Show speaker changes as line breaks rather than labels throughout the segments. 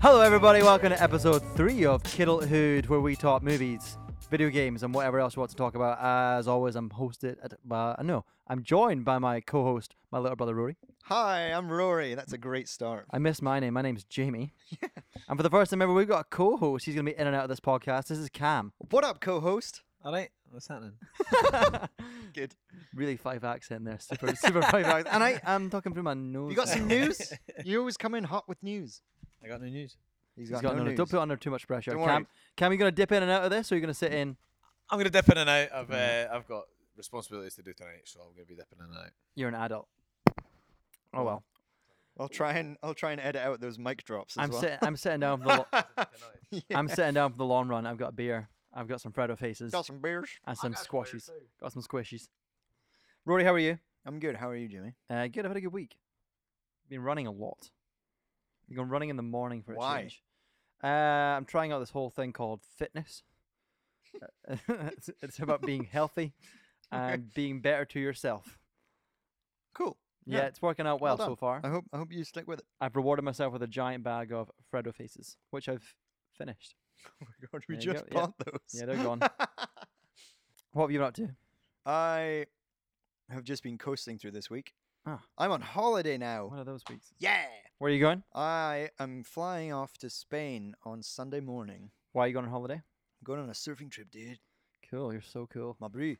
Hello, everybody. Welcome to episode three of Kiddlehood, where we talk movies, video games, and whatever else we want to talk about. As always, I'm hosted at, by, no, I'm joined by my co host, my little brother Rory.
Hi, I'm Rory. That's a great start.
I missed my name. My name's Jamie. And for the first time ever, we've got a co host. He's going to be in and out of this podcast. This is Cam.
What up, co-host?
All right, what's happening?
Good.
Really five accent there. Super, super five accent. And I, I'm talking through my nose.
You got some news? You always come in hot with news.
I got no news.
He's got no, news. Don't put under too much pressure.
Don't worry.
Cam, Cam, you going to dip in and out of this, or are you going to sit in?
I'm gonna dip in and out. I've uh, I've got responsibilities to do tonight, so I'm gonna be dipping in and out.
You're an adult. Oh, well.
I'll try and I'll try and edit out those mic drops as
I'm
well.
sitting. I'm sitting down for the. Lo- I'm sitting down for the long run. I've got beer. I've got some Freddo faces
Got some beers.
and some squashies. Got some squishies. Rory, how are you?
I'm good. How are you, Jimmy?
Uh, good. I've had a good week. Been running a lot. Been going running in the morning for a
Why?
change. Uh, I'm trying out this whole thing called fitness. Uh, it's, it's about being healthy and being better to yourself.
Cool.
Yeah, it's working out well,
Well
so
done.
far.
I hope I hope you stick with it.
I've rewarded myself with a giant bag of Freddo faces, which I've finished.
Oh my god, we
There you
just
go. Yeah.
bought those.
Yeah, they're gone. What have you been up to?
I have just been coasting through this week.
Ah.
I'm on holiday now.
One of those weeks.
Yeah.
Where are you going?
I am flying off to Spain on Sunday morning.
Why are you going on holiday?
I'm going on a surfing trip, dude.
Cool, you're so cool.
Mabru.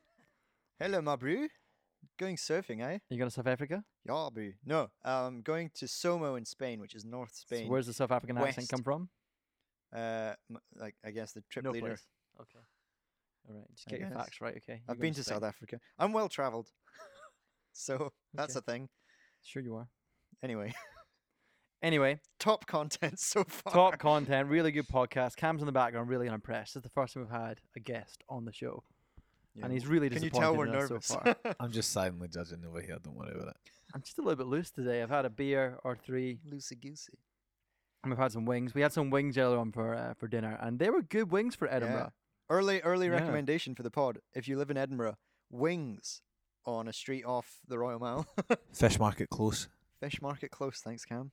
Hello, Mabru. Going surfing, eh?
Are you going to South Africa?
Yeah, boo. No, um, going to Somo in Spain, which is North
So
Spain.
where's the South African accent
West.
come from?
uh, m- like I guess the trip leader.
place. Okay. All right, just
I
get your
guess.
facts right, okay?
I've been to South Africa. I'm well traveled, so that's a thing.
Sure you are.
Anyway,
Anyway,
top content so far.
top content, really good podcast. Cam's in the background, really unimpressed. This is the first time we've had a guest on the show,
Yeah.
and he's really
Can you
disappointed
tell we're
in us
nervous?
so far.
I'm just silently judging over here. Don't worry about it.
I'm just a little bit loose today. I've had a beer or three,
Loosey goosey.
and we've had some wings. We had some wings earlier on for uh, for dinner, and they were good wings for Edinburgh.
Early, early
Yeah.
recommendation for the pod. If you live in Edinburgh, wings on a street off the Royal Mile,
Fish market close.
fish market close. Thanks, Cam.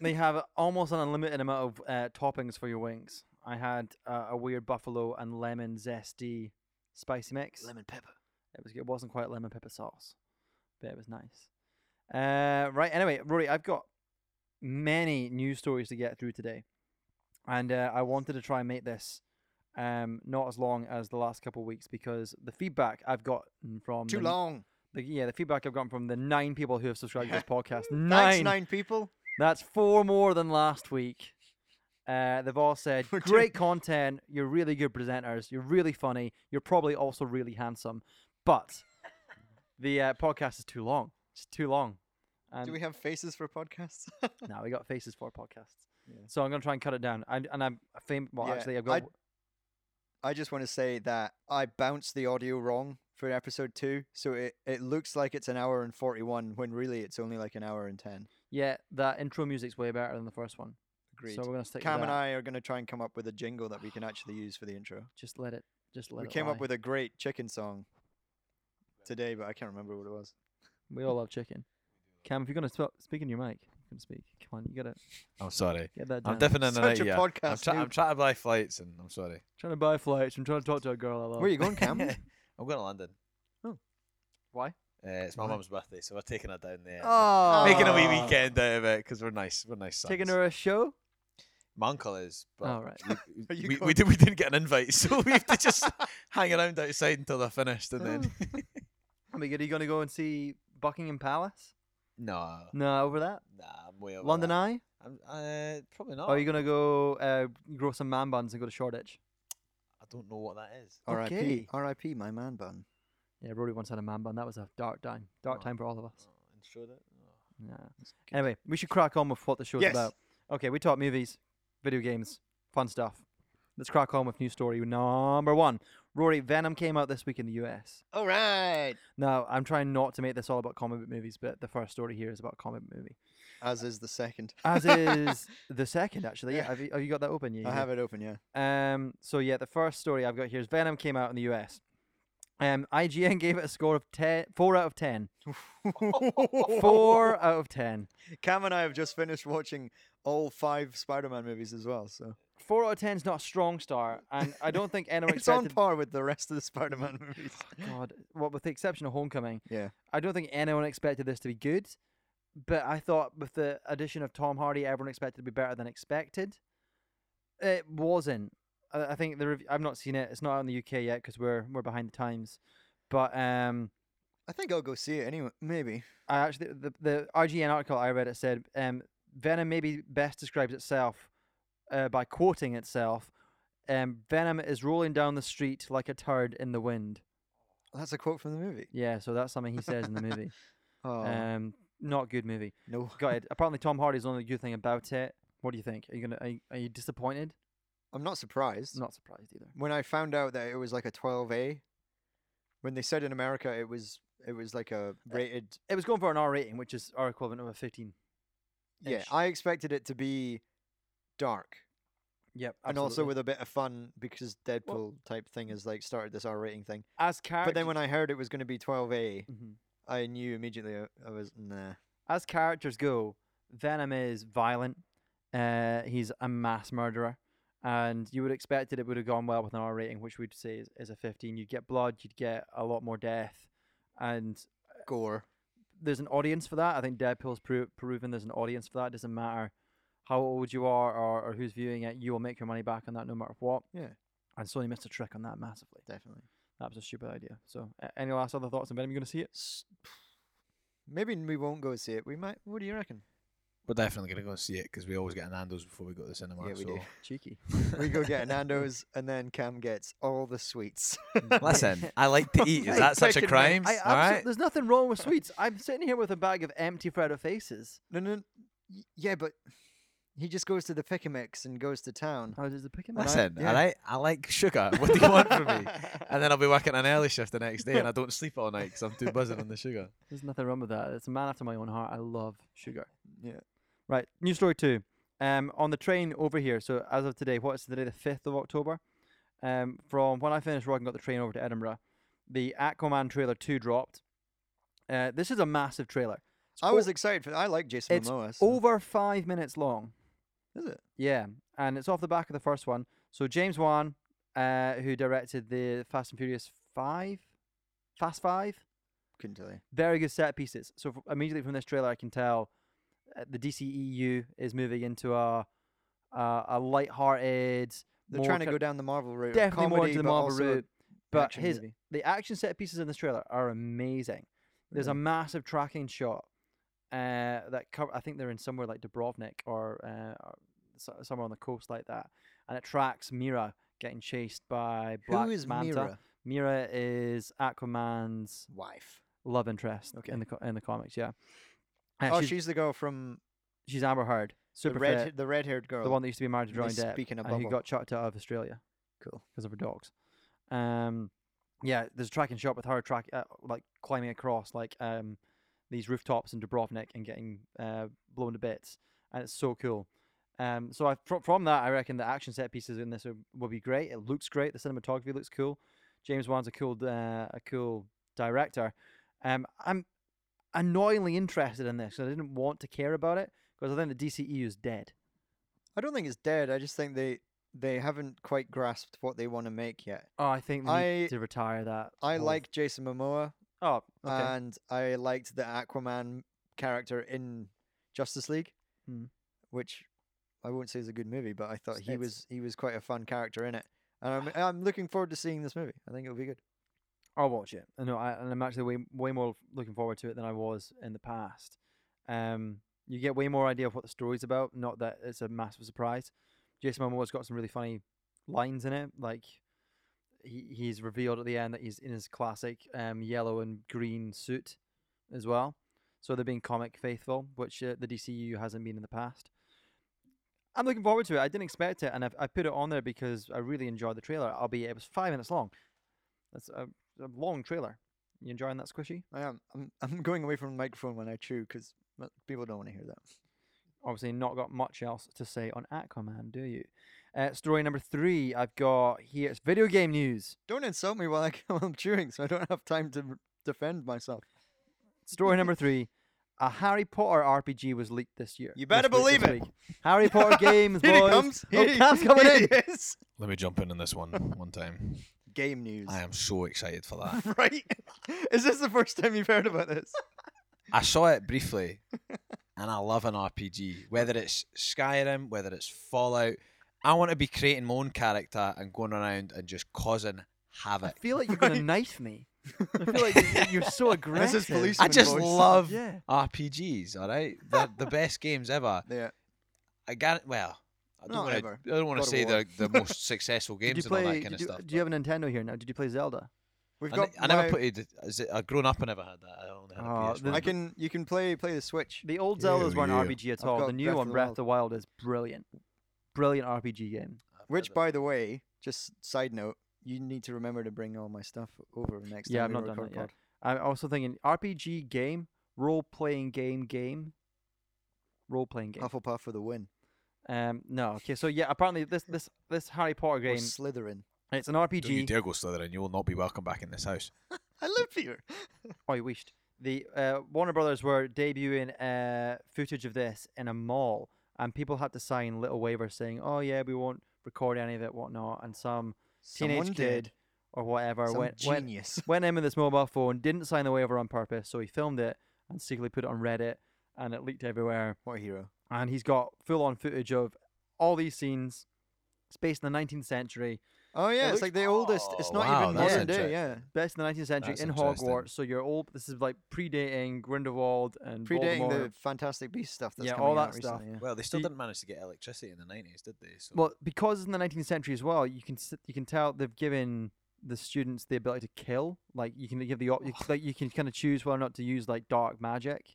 they have almost an unlimited amount of uh, toppings for your wings. I had uh, a weird buffalo and lemon zesty spicy mix.
Lemon pepper.
It was it wasn't quite lemon pepper sauce, but it was nice. Uh, right. Anyway, Rory, I've got many news stories to get through today, and uh, I wanted to try and make this um, not as long as the last couple of weeks because the feedback I've gotten from
Too
the,
long.
The, yeah, the feedback I've gotten from the nine people who have subscribed to this podcast.
Thanks,
Nine.
nine people.
That's four more than last week. Uh, they've all said,
We're
great
doing-
content. You're really good presenters. You're really funny. You're probably also really handsome. But the uh, podcast is too long. It's too long. And
Do we have faces for podcasts?
now we got faces for podcasts.
Yeah.
So I'm going to try and cut it down. And, and I'm fam- Well,
Yeah,
actually, I've got.
I'd- I just want to say that I bounced the audio wrong for episode two, so it, it looks like it's an hour and forty one when really it's only like an hour and ten.
yeah, that intro music's way better than the first one.
Agreed.
So we're going to stick
Cam
with
and
that.
I are going to try and come up with a jingle that we can actually use for the intro.
Just let it. Just let
we
it
came
lie.
up with a great chicken song today, but I can't remember what it was.
We all love chicken. Cam, if you're going to sp- speak in your mic, you can speak. Come on, you got to
I'm sorry.
get that down.
I'm dipping in and out
Such a
here. I'm,
podcast.
try- I'm
noob.
trying to buy flights, and I'm sorry.
Trying to buy flights. I'm trying to talk to a girl I love.
Where you going, Cam?
I'm going to London.
Why?
Uh, it's my
Why?
mum's birthday, so we're taking her down there.
Ah,
Oh,
Making a wee weekend out of it because we're nice. We're nice. Sons.
Taking her a show.
My uncle is. But
All right.
Are
We,
you
we,
going-
did, we didn't get an invite, so we have to just hang around outside until they're finished, and then
I mean, Oh are you gonna go and see Buckingham Palace?
no,
No, over that.
nah, I'm way over
London
that.
Eye.
I'm, uh, probably not.
Or are you gonna go uh, grow some man buns and go to Shoreditch?
I don't know what that is.
Okay.
R.I.P. R.I.P. My man bun.
Yeah, Rory once had a man bun. That was a dark time. Dark
Oh.
time for all of us.
Oh, and showed it. Oh.
Yeah. Anyway, we should crack on with what the show's
Yes.
about. Okay, we talk movies, video games, fun stuff. Let's crack on with news story number one. Rory, Venom came out this week in the US.
All right.
Now, I'm trying not to make this all about comic book movies, but the first story here is about a comic book movie.
As is the second.
As is the second, actually. Yeah,
Yeah.
have you, have you got that open? Yeah,
I have it open, yeah.
Um, so yeah, the first story I've got here is Venom came out in the US, Um, IGN gave it a score of ten, four out of 10.
Oh.
Oh.
Four out of 10.
Cam and I have just finished watching all five Spider-Man movies as well, so
Four out of 10 is not a strong start, and I don't think anyone
it's on
expected.
par with the rest of the Spider-Man movies.
God, well, with the exception of Homecoming,
Yeah,
I don't think anyone expected this to be good, but I thought with the addition of Tom Hardy, everyone expected it to be better than expected. It wasn't. I, I think the rev- I've not seen it. It's not out in the UK yet because we're we're behind the times. But um,
I think I'll go see it anyway. Maybe.
I actually the the IGN article I read it said um, Venom maybe best describes itself uh, by quoting itself. Um, Venom is rolling down the street like a turd in the wind.
That's a quote from the movie.
Yeah, so that's something he says in the movie.
Oh
Um, not good movie.
no!
Got it. Apparently, Tom Hardy's the only good thing about it. What do you think? Are you gonna? Are you, are you disappointed?
I'm not surprised.
Not surprised either.
When I found out that it was like a 12A, when they said in America it was it was like
Uh,
a rated
It was going for an R rating, which is our equivalent of a fifteen.
Yeah,
Ish.
I expected it to be dark
Yep.
and also
absolutely.
with a bit of fun because Deadpool type thing has like started this R rating thing.
as characters,
But then when I heard it was going to be 12A,
Mhm.
I knew immediately uh, I, I was nah.
as characters go, Venom is violent. Uh, he's a mass murderer, and you would expect that it would have gone well with an R rating, which we'd say is, is a fifteen. You'd get blood, you'd get a lot more death, and
Gore.
there's an audience for that. I think Deadpool's pro- proven there's an audience for that. It doesn't matter how old you are or, or who's viewing it, you will make your money back on that no matter what.
Yeah.
And Sony missed a trick on that massively.
Definitely.
That was a stupid idea. So, a- any last other thoughts on Venom? You going to see it?
S- Maybe n- we won't go see it. We might. What do you reckon?
We're definitely gonna go and see it because we always get an Nando's before we go to the cinema.
Yeah, we
so.
do.
Cheeky.
We go get a Nando's and then Cam gets all the sweets.
Listen, I like to eat. Is
Hey,
that such a
picking me.
crime?
I
All
absolutely,
right.
There's nothing wrong with sweets. I'm sitting here with a bag of empty Freddo faces.
no, no. y- Yeah, but he just goes to the pick a mix and goes to town.
How does the pick and
Listen,
yeah.
all right. I like sugar. What do you want from me? And then I'll be working an early shift the next day, and I don't sleep all night because I'm too buzzing on the sugar.
There's nothing wrong with that. It's a man after my own heart. I love sugar.
Yeah.
Right. News story two. Um, on the train over here. So as of today, what is today? The fifth of October. Um, from when I finished work and got the train over to Edinburgh, the Aquaman trailer two dropped. Uh, this is a massive trailer. It's
I was
o-
excited for. I like Jason
it's
Momoa. so-
over five minutes long.
Is it?
Yeah, and it's off the back of the first one. So James Wan, uh, who directed the Fast and Furious Five, Fast Five,
Couldn't tell you.
very good set pieces. So f- immediately from this trailer, I can tell uh, the DCEU is moving into a a, a light-hearted.
They're
more
trying to
kin-
go down the Marvel route. of
definitely more
comedy,
into the
but
Marvel
also
route. But
action
his
movie.
the action set pieces in this trailer are amazing. There's a
Mm-hmm.
massive tracking shot uh, that cover. I think they're in somewhere like Dubrovnik or, uh, or so- somewhere on the coast like that, and it tracks Mira getting chased by Black
Who is
Manta.
Mira?
Mira is Aquaman's
Wife.
love interest
Okay.
in the co- in the comics. Yeah, Uh,
oh, she's,
she's,
the girl from
she's Amber Heard,
the
super
red,
fit,
the red-haired girl.
the one that used to be married to
and
Johnny
they
Depp,
speak in a
and who
bubble.
got chucked out of Australia
Cool.
because of her dogs. Um, yeah, there's a tracking shot with her track uh, like climbing across like um these rooftops in Dubrovnik and getting uh, blown to bits, and it's so cool. Um, so I fro- from that I reckon the action set pieces in this will, will be great. It looks great. The cinematography looks cool. James Wan's a cool d- uh, a cool director. Um, I'm annoyingly interested in this. 'cause I didn't want to care about it because I think the DCEU is dead.
I don't think it's dead. I just think they they haven't quite grasped what they want to make yet.
Oh, I think they need
I-
to retire that.
I
whole-
like Jason Momoa,
Oh, okay.
and I liked the Aquaman character in Justice League,
Mm.
which I won't say is a good movie, but I thought he
It's-
was he was quite a fun character in it. And I'm I'm looking forward to seeing this movie. I think it'll be good.
I'll watch it. I know, I, and I'm actually way way more looking forward to it than I was in the past. Um, you get way more idea of what the story's about. Not that it's a massive surprise. Jason Momoa's got some really funny lines in it. Like he he's revealed at the end that he's in his classic um yellow and green suit as well. So they're being comic faithful, which uh, the DCU hasn't been in the past. I'm looking forward to it. I didn't expect it, and I've, I put it on there because I really enjoyed the trailer. Albeit it was five minutes long. That's uh, a a long trailer. You enjoying that squishy?
I am. I'm I'm going away from the microphone when I chew because people don't want to hear that.
Obviously, not got much else to say on Aquaman, do you? Uh, story number three I've got here. It's video game news.
Don't insult me while I, while I'm chewing, so I don't have time to r- defend myself.
Story number three. A Harry Potter RPG was leaked this year.
You better
this week-
believe
this
it.
week. Harry Potter games,
Here
boys.
he comes.
Oh,
Here he-
Cam's coming
here
in.
He is.
Let me jump in on this one one time.
Game news.
I am so excited for that.
Right? is this the first time you've heard about this?
I saw it briefly, and I love an RPG. Whether it's Skyrim, whether it's Fallout, I want to be creating my own character and going around and just causing
I
havoc.
feel like you're going to
Right.
knife me. I feel like you- you're so aggressive.
police-
I just
voice.
love
Yeah.
RPGs. All right, they're the best games ever.
Yeah.
I got well. I
Not
don't want to.
ever.
I don't want
God of
to say
War.
they're the most successful
Did you
games and all
play?
that kind
did
of
you,
stuff.
do you have a Nintendo here now? Did you play Zelda?
We've
I,
got.
ne- I never
my-
played. Is it? I grown up. I never had that. I only had a
Oh,
PS1.
the-
I can. You can play play the Switch.
The old
Ew,
Zeldas weren't
yeah.
RPG at
I've
all.
got
The new
Breath of
one,
the
Breath of the Wild, is brilliant. Brilliant RPG game.
I've
Which,
had
by the way, just side note, you need to remember to bring all my stuff over next
Yeah, I've
time. we
not done that
record
yet. I'm also thinking RPG game, role playing game, game, role playing game.
pod. Hufflepuff for the win.
Um, no, okay, so yeah, apparently this this this Harry Potter
Or
game,
Slytherin.
it's an
Don't you
RPG.
dare go Slytherin. You will not be welcome back in this house.
I live here.
Oh, I wished the uh, Warner Brothers were debuting uh, footage of this in a mall, and people had to sign little waivers saying, "Oh yeah, we won't record any of it, whatnot," and some teenage
Someone
kid
did.
or whatever
Some
went went
genius.
went in with his mobile phone, didn't sign the waiver on purpose, so he filmed it and secretly put it on Reddit, and it leaked everywhere.
What a hero.
And he's got full on footage of all these scenes. It's based in the 19th century,
Oh yeah,
looks-
it's like the oldest. It's
Oh,
not
wow,
even
that's
modern day.
interesting.
Yeah,
based in the 19th century
That's
in
interesting.
Hogwarts. So you're all this is like predating Grindelwald and
predating
Voldemort.
the Fantastic Beast stuff. That's
Yeah,
coming
all that
out
stuff.
recently, yeah.
Well, they still
you-
didn't manage to get electricity in the nineties, did they? So
Well, because it's in the 19th century as well, you can s- you can tell they've given the students the ability to kill. Like you can give the op- you, c- like you can kind of choose whether or not to use like dark magic,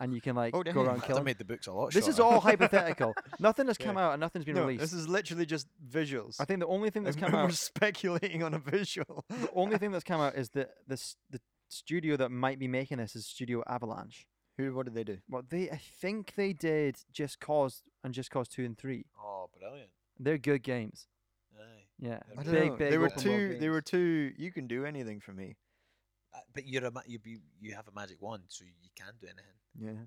and you can like go
Oh, damn.
around
That
killing.
made the books a lot.
This is
shorter.
all hypothetical. Nothing has come out and nothing's been
No,
released.
this is literally just visuals.
I think the only thing that's
And
come
we're
out,
speculating on a visual.
the only thing that's come out is that this the studio that might be making this is Studio Avalanche.
Who? What did they do?
What they I think they did Just Cause and Just Cause Two and Three.
Oh, brilliant!
They're good games.
Aye.
Yeah,
I
I
don't
don't
big
know.
big.
they were
open world
too. They were
games.
too. You can do anything for me.
Uh, But you're a ma- you be you have a magic wand, so you can do anything.
Yeah,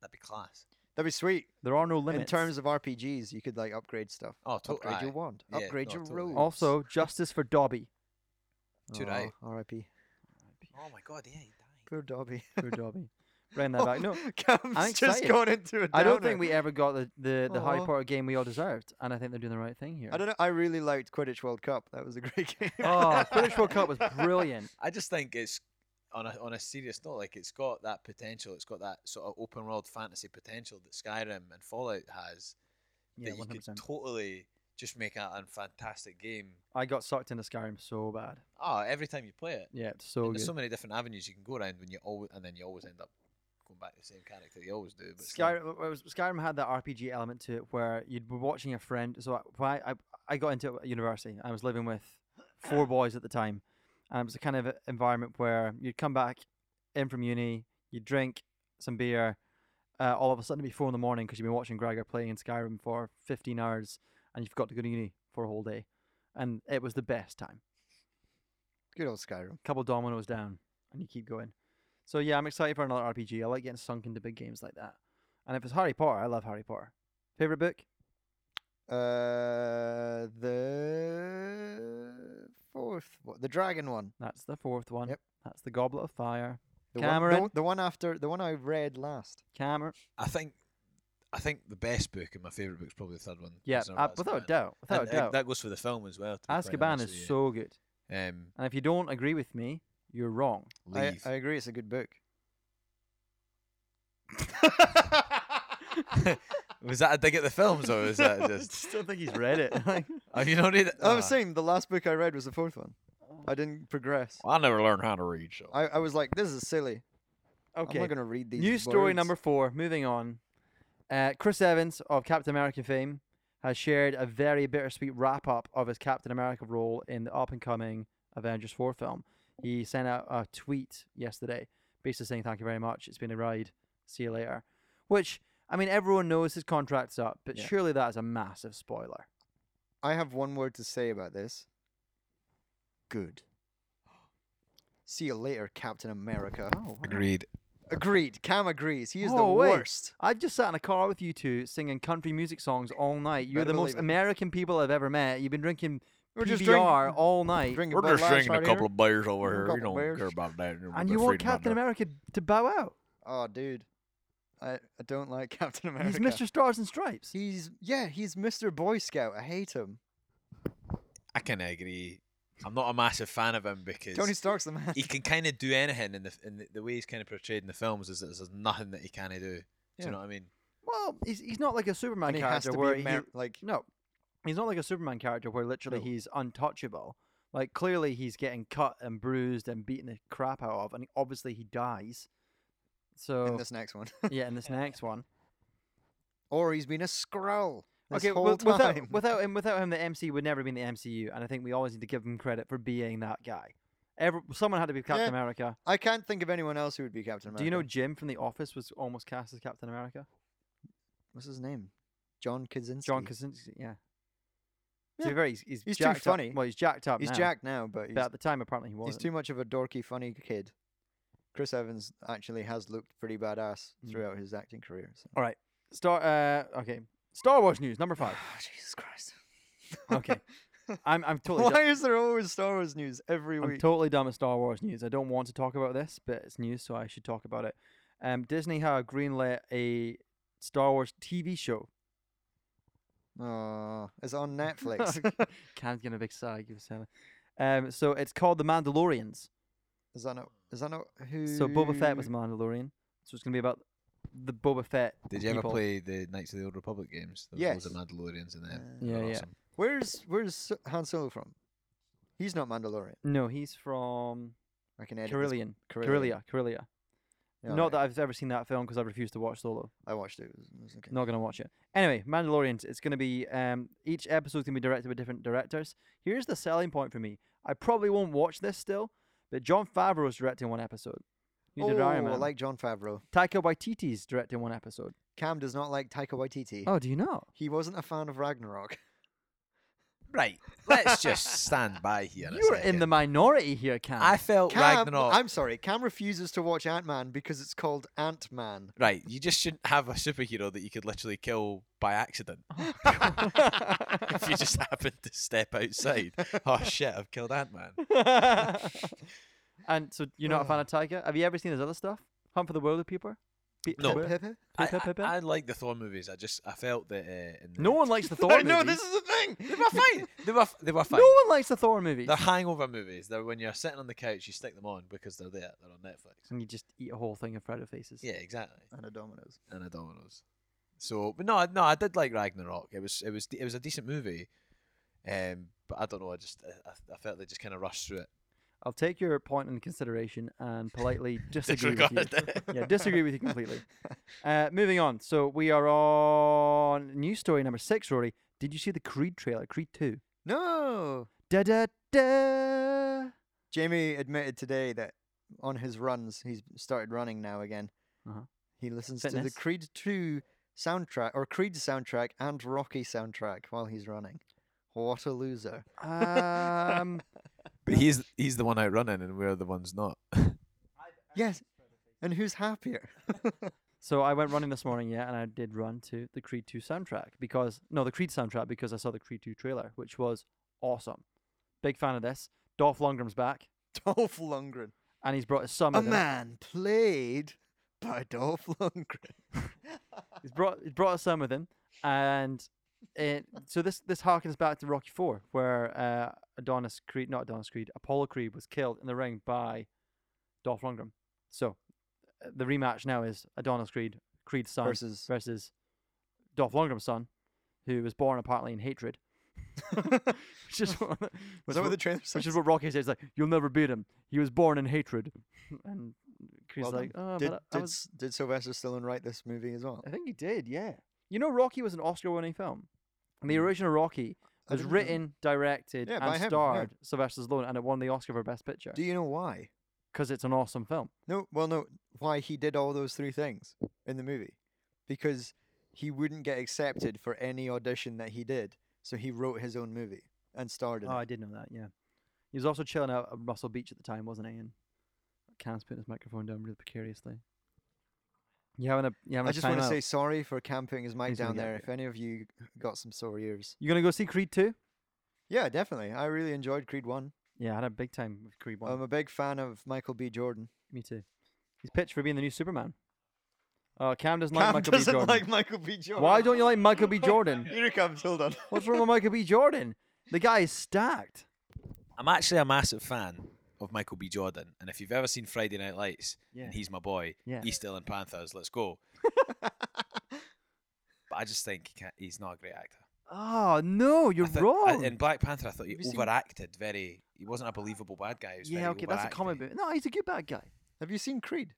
That'd be class.
that'd be sweet.
There are no limits.
In terms of RPGs, you could like upgrade stuff.
Oh, to-
upgrade your
aye.
wand.
Yeah,
upgrade
no,
your
totally.
robe.
also, justice for Dobby.
Too right.
Oh, R.I.P.
Oh my god, yeah, he died.
Poor Dobby.
For Dobby. Bring that back. No,
Cam's
I'm
just
excited.
gone into a
I don't
downer.
think we ever got the the, the Harry
Aw.
Potter game we all deserved, and I think they're doing the right thing here.
I don't know. I really liked Quidditch World Cup. That was a great game.
Oh, British World Cup was brilliant.
I just think it's on a on a serious note. Like it's got that potential. It's got that sort of open world fantasy potential that Skyrim and Fallout has.
Yeah,
that you
one hundred
could
percent.
totally just make out a fantastic game.
I got sucked into Skyrim so bad.
Oh, every time you play it,
Yeah, it's so
there's
good.
so many different avenues you can go around when you always and then you always end up going back to the same character you always do. But it's like-
Skyrim, it was, Skyrim had that RPG element to it where you'd be watching a friend. So I, when I, I, I got into it at university. I was living with four boys at the time. And it was the kind of environment where you'd come back in from uni, you'd drink some beer. Uh, all of a sudden, it'd be four in the morning because you've been watching Gregor playing in Skyrim for 15 hours and you've got to go to uni for a whole day. And it was the best time.
Good old Skyrim.
couple dominoes down and you keep going. So yeah, I'm excited for another RPG. I like getting sunk into big games like that. And if it's Harry Potter, I love Harry Potter. Favorite book?
Uh, the fourth, one- the dragon one.
That's the fourth one.
Yep.
That's the Goblet of Fire.
The One, the
Cameron.
one- the, one after the one I read last.
Cameron.
I think I think the best book and my favourite book is probably the third one.
Yeah,
Prisoner
uh,
of
without
Azkaban.
doubt. Without
And, uh,
doubt.
that goes for the film as well. to be quite
Azkaban
honest
is
with you.
so good.
Um,
And if you don't agree with me, you're wrong.
I,
leave.
I agree, it's a good book.
was that a dig at the films or was that just?
don't think he's read it.
Have you not read it?
I
Ah.
was saying the last book I read was the fourth one.
Oh.
I didn't progress.
I never learned how to read. So.
I, I was like, this is silly. I'm
okay.
not gonna read these.
News story
words.
number four. Moving on. Uh, Chris Evans of Captain America fame has shared a very bittersweet wrap up of his Captain America role in the up and coming Avengers 4 film. He sent out a tweet yesterday basically saying, Thank you very much. It's been a ride. See you later. Which, I mean, everyone knows his contract's up, but
Yeah.
surely that is a massive spoiler.
I have one word to say about this. Good. See you later, Captain America.
Oh, wow.
Agreed.
Agreed. Cam agrees. He is the
Oh, wait.
worst.
I've just sat in a car with you two singing country music songs all night. You're
Better
the most
believe it.
American people I've ever met. You've been drinking
We're
PBR
just drink-
all night,
Drinking
We're
Bud
just
Lights
drinking a
right
couple
here.
of beers over
Drink a
here. We
couple
don't
beers.
care about that.
and you want Captain America to bow out.
Oh, dude. I, I don't like Captain America.
He's Mr. Stars and Stripes.
He's yeah, he's Mr. Boy Scout. I hate him.
I can agree. I'm not a massive fan of him because
Tony Stark's the man.
he can kind of do anything, and the in the, the way he's kind of portrayed in the films is that there's nothing that he can't do. Do
Yeah.
you know what I mean?
Well, he's, he's not like a Superman
and he has
character
to be
where
Amer- like
he, no, he's not like a Superman character where literally
No.
he's untouchable. Like clearly he's getting cut and bruised and beaten the crap out of, and obviously he dies. So
in this next one.
yeah, in this next one.
or he's been a Skrull this
okay,
whole
wi- without
time.
without him, without him, the MC would never have been the MCU, and I think we always need to give him credit for being that guy. Every, someone had to be Captain
Yeah.
America.
I can't think of anyone else who would be Captain America.
Do you know Jim from The Office was almost cast as Captain America?
what's his name? John Krasinski.
John Krasinski, yeah. To
Yeah.
be fair, he's, he's,
He's too
jacked up-
funny.
Well, he's jacked up.
He's
now,
Jack now, but
but
he's,
at the time, apparently he
he's
wasn't.
too much of a dorky, funny kid. Chris Evans actually has looked pretty badass
Mm.
throughout his acting career. So.
All right, Star. Uh, okay, Star Wars news number five.
Ah, Jesus Christ.
Okay, I'm I'm totally
Why is there always Star Wars news every
I'm
week?
totally done with Star Wars news. I don't want to talk about this, but it's news, so I should talk about it. Um, Disney have greenlit a Star Wars TV show.
Aw, it's on Netflix.
Cam's getting a big sigh. Give us a Um, so it's called The Mandalorians.
is that not? Is that not who?
So Boba Fett was a Mandalorian. So it's going to be about the Boba Fett.
Did you ever
people.
play the Knights of the Old Republic games? There was loads of
Yes.
Mandalorians in
Uh,
them.
Yeah,
They're
yeah.
awesome.
Where's Where's So- Han Solo from? He's not Mandalorian.
No, he's from
I can edit. this.
Carillion.
Carillion.
Carillia. Carillia.
Yeah,
Not
right.
that I've ever seen that film because I refuse to watch Solo.
I watched it. It was, it was okay.
Not gonna watch it. Anyway, Mandalorians. It's gonna be um each episode's gonna be directed by different directors. Here's the selling point for me. I probably won't watch this still, but John Favreau's directing one episode. He did Iron
Oh, I
Man.
like John Favreau.
Taika Waititi's directing one episode.
Cam does not like Taika Waititi.
Oh, do you know?
He wasn't a fan of Ragnarok.
Right. Let's just stand by here. a
You're in the
second.
minority here, Cam.
I felt
Cam,
Ragnarok.
I'm sorry. Cam refuses to watch Ant Man because it's called Ant Man.
Right, you just shouldn't have a superhero that you could literally kill by accident if you just happen to step outside. Oh shit, I've killed Ant Man.
and so you're not a fan of Taika? Have you ever seen his other stuff? Hunt for the Wilder People? Pe-
No.
Pe-
Pepe?
I,
Pe- Pe- Pe-
I- I like the Thor movies. I just I felt that uh, in the
No one likes the Thor
I
movies.
know this is the thing.
they were fine. They were f- they were fine.
No one likes the Thor movies.
They're hangover movies. They're when you're sitting on the couch, you stick them on because they're there. They're on Netflix.
and you just eat a whole thing of Fredo faces.
Yeah, exactly.
And a Domino's.
And a Domino's. So, but no, I- no, I did like Ragnarok. It was it was de- it was a decent movie, um, but I don't know. I just I- I, I felt they just kind of rushed through it.
I'll take your point in consideration and politely disagree with you.
Disregarded it.
Yeah, disagree with you completely. Uh, moving on. So we are on news story number six, Rory. Did you see the Creed trailer? Creed 2.
No.
Da da da.
Jamie admitted today that on his runs, he's started running now again.
Uh-huh.
He listens to
Fitness.
the Creed 2 soundtrack, or Creed soundtrack and Rocky soundtrack while he's running. What a loser.
Um,
But he's he's the one out running, and we're the ones not.
Yes. And who's happier?
so I went running this morning, yeah, and I did run to the Creed 2 soundtrack because, no, the Creed soundtrack because I saw the Creed 2 trailer, which was awesome. Big fan of this. Dolph Lundgren's back,
Dolph Lundgren.
and he's brought his son
A
with him.
man played by Dolph Lundgren.
He's brought he's brought us some with him, and it, so this this harkens back to Rocky Four, where uh, Adonis Creed, not Adonis Creed, Apollo Creed was killed in the ring by Dolph Lundgren. So uh, the rematch now is Adonis Creed, Creed's son versus,
Versus.
Dolph Lundgren's son, who was born apparently in hatred. which is what,
Was
which
that what
is
the
what-
trailer
which
says?
is what Rocky says, like you'll never beat him. He was born in hatred, and Creed's
Well done.
like, oh,
did,
but I, I
did,
was,
S- did Sylvester Stallone write this movie as well?
I think he did, yeah. You know, Rocky was an Oscar winning film. And the original Rocky
Hmm. I
was
didn't know that.
written, directed,
Yeah, by
and
him, yeah.
starred Sylvester Stallone, and it won the Oscar for Best Picture
Do you know why?
because it's an awesome film.
No, well, no, why he did all those three things in the movie. Because he wouldn't get accepted for any audition that he did. So he wrote his own movie and starred in
Oh,
it.
I did know that. Yeah, he was also chilling out at Russell Beach at the time, wasn't he? And Cam's putting his microphone down really precariously. You having a you having
I
a
just want to
timeout?
say sorry for Cam putting his mic
He's gonna
down
get
there.
it.
If any of you got some sore ears,
you gonna go see Creed two?
yeah, definitely. I really enjoyed Creed One.
Yeah, I had a big time with Creed one.
I'm a big fan of Michael B. Jordan.
Me too. He's pitched for being the new Superman. Oh, Cam doesn't like
Cam
Michael B.
doesn't
Jordan.
like Michael B. Jordan.
Why don't you like Michael B. Jordan?
Here he comes. Hold on.
What's wrong with Michael B. Jordan? The guy is stacked.
I'm actually a massive fan of Michael B. Jordan, and if you've ever seen Friday Night Lights,
Yeah.
and he's my boy,
Yeah.
he's still in Panthers. Let's go. but I just think he can't, he's not a great actor.
Oh no,
I
you're
thi- I-
wrong.
in Black Panther, I thought he
Have you seen-
overacted. Very, he wasn't a believable bad guy. He was
yeah,
very
okay, that's a comic
overacting.
book. No, he's a good bad guy.
Have you seen Creed?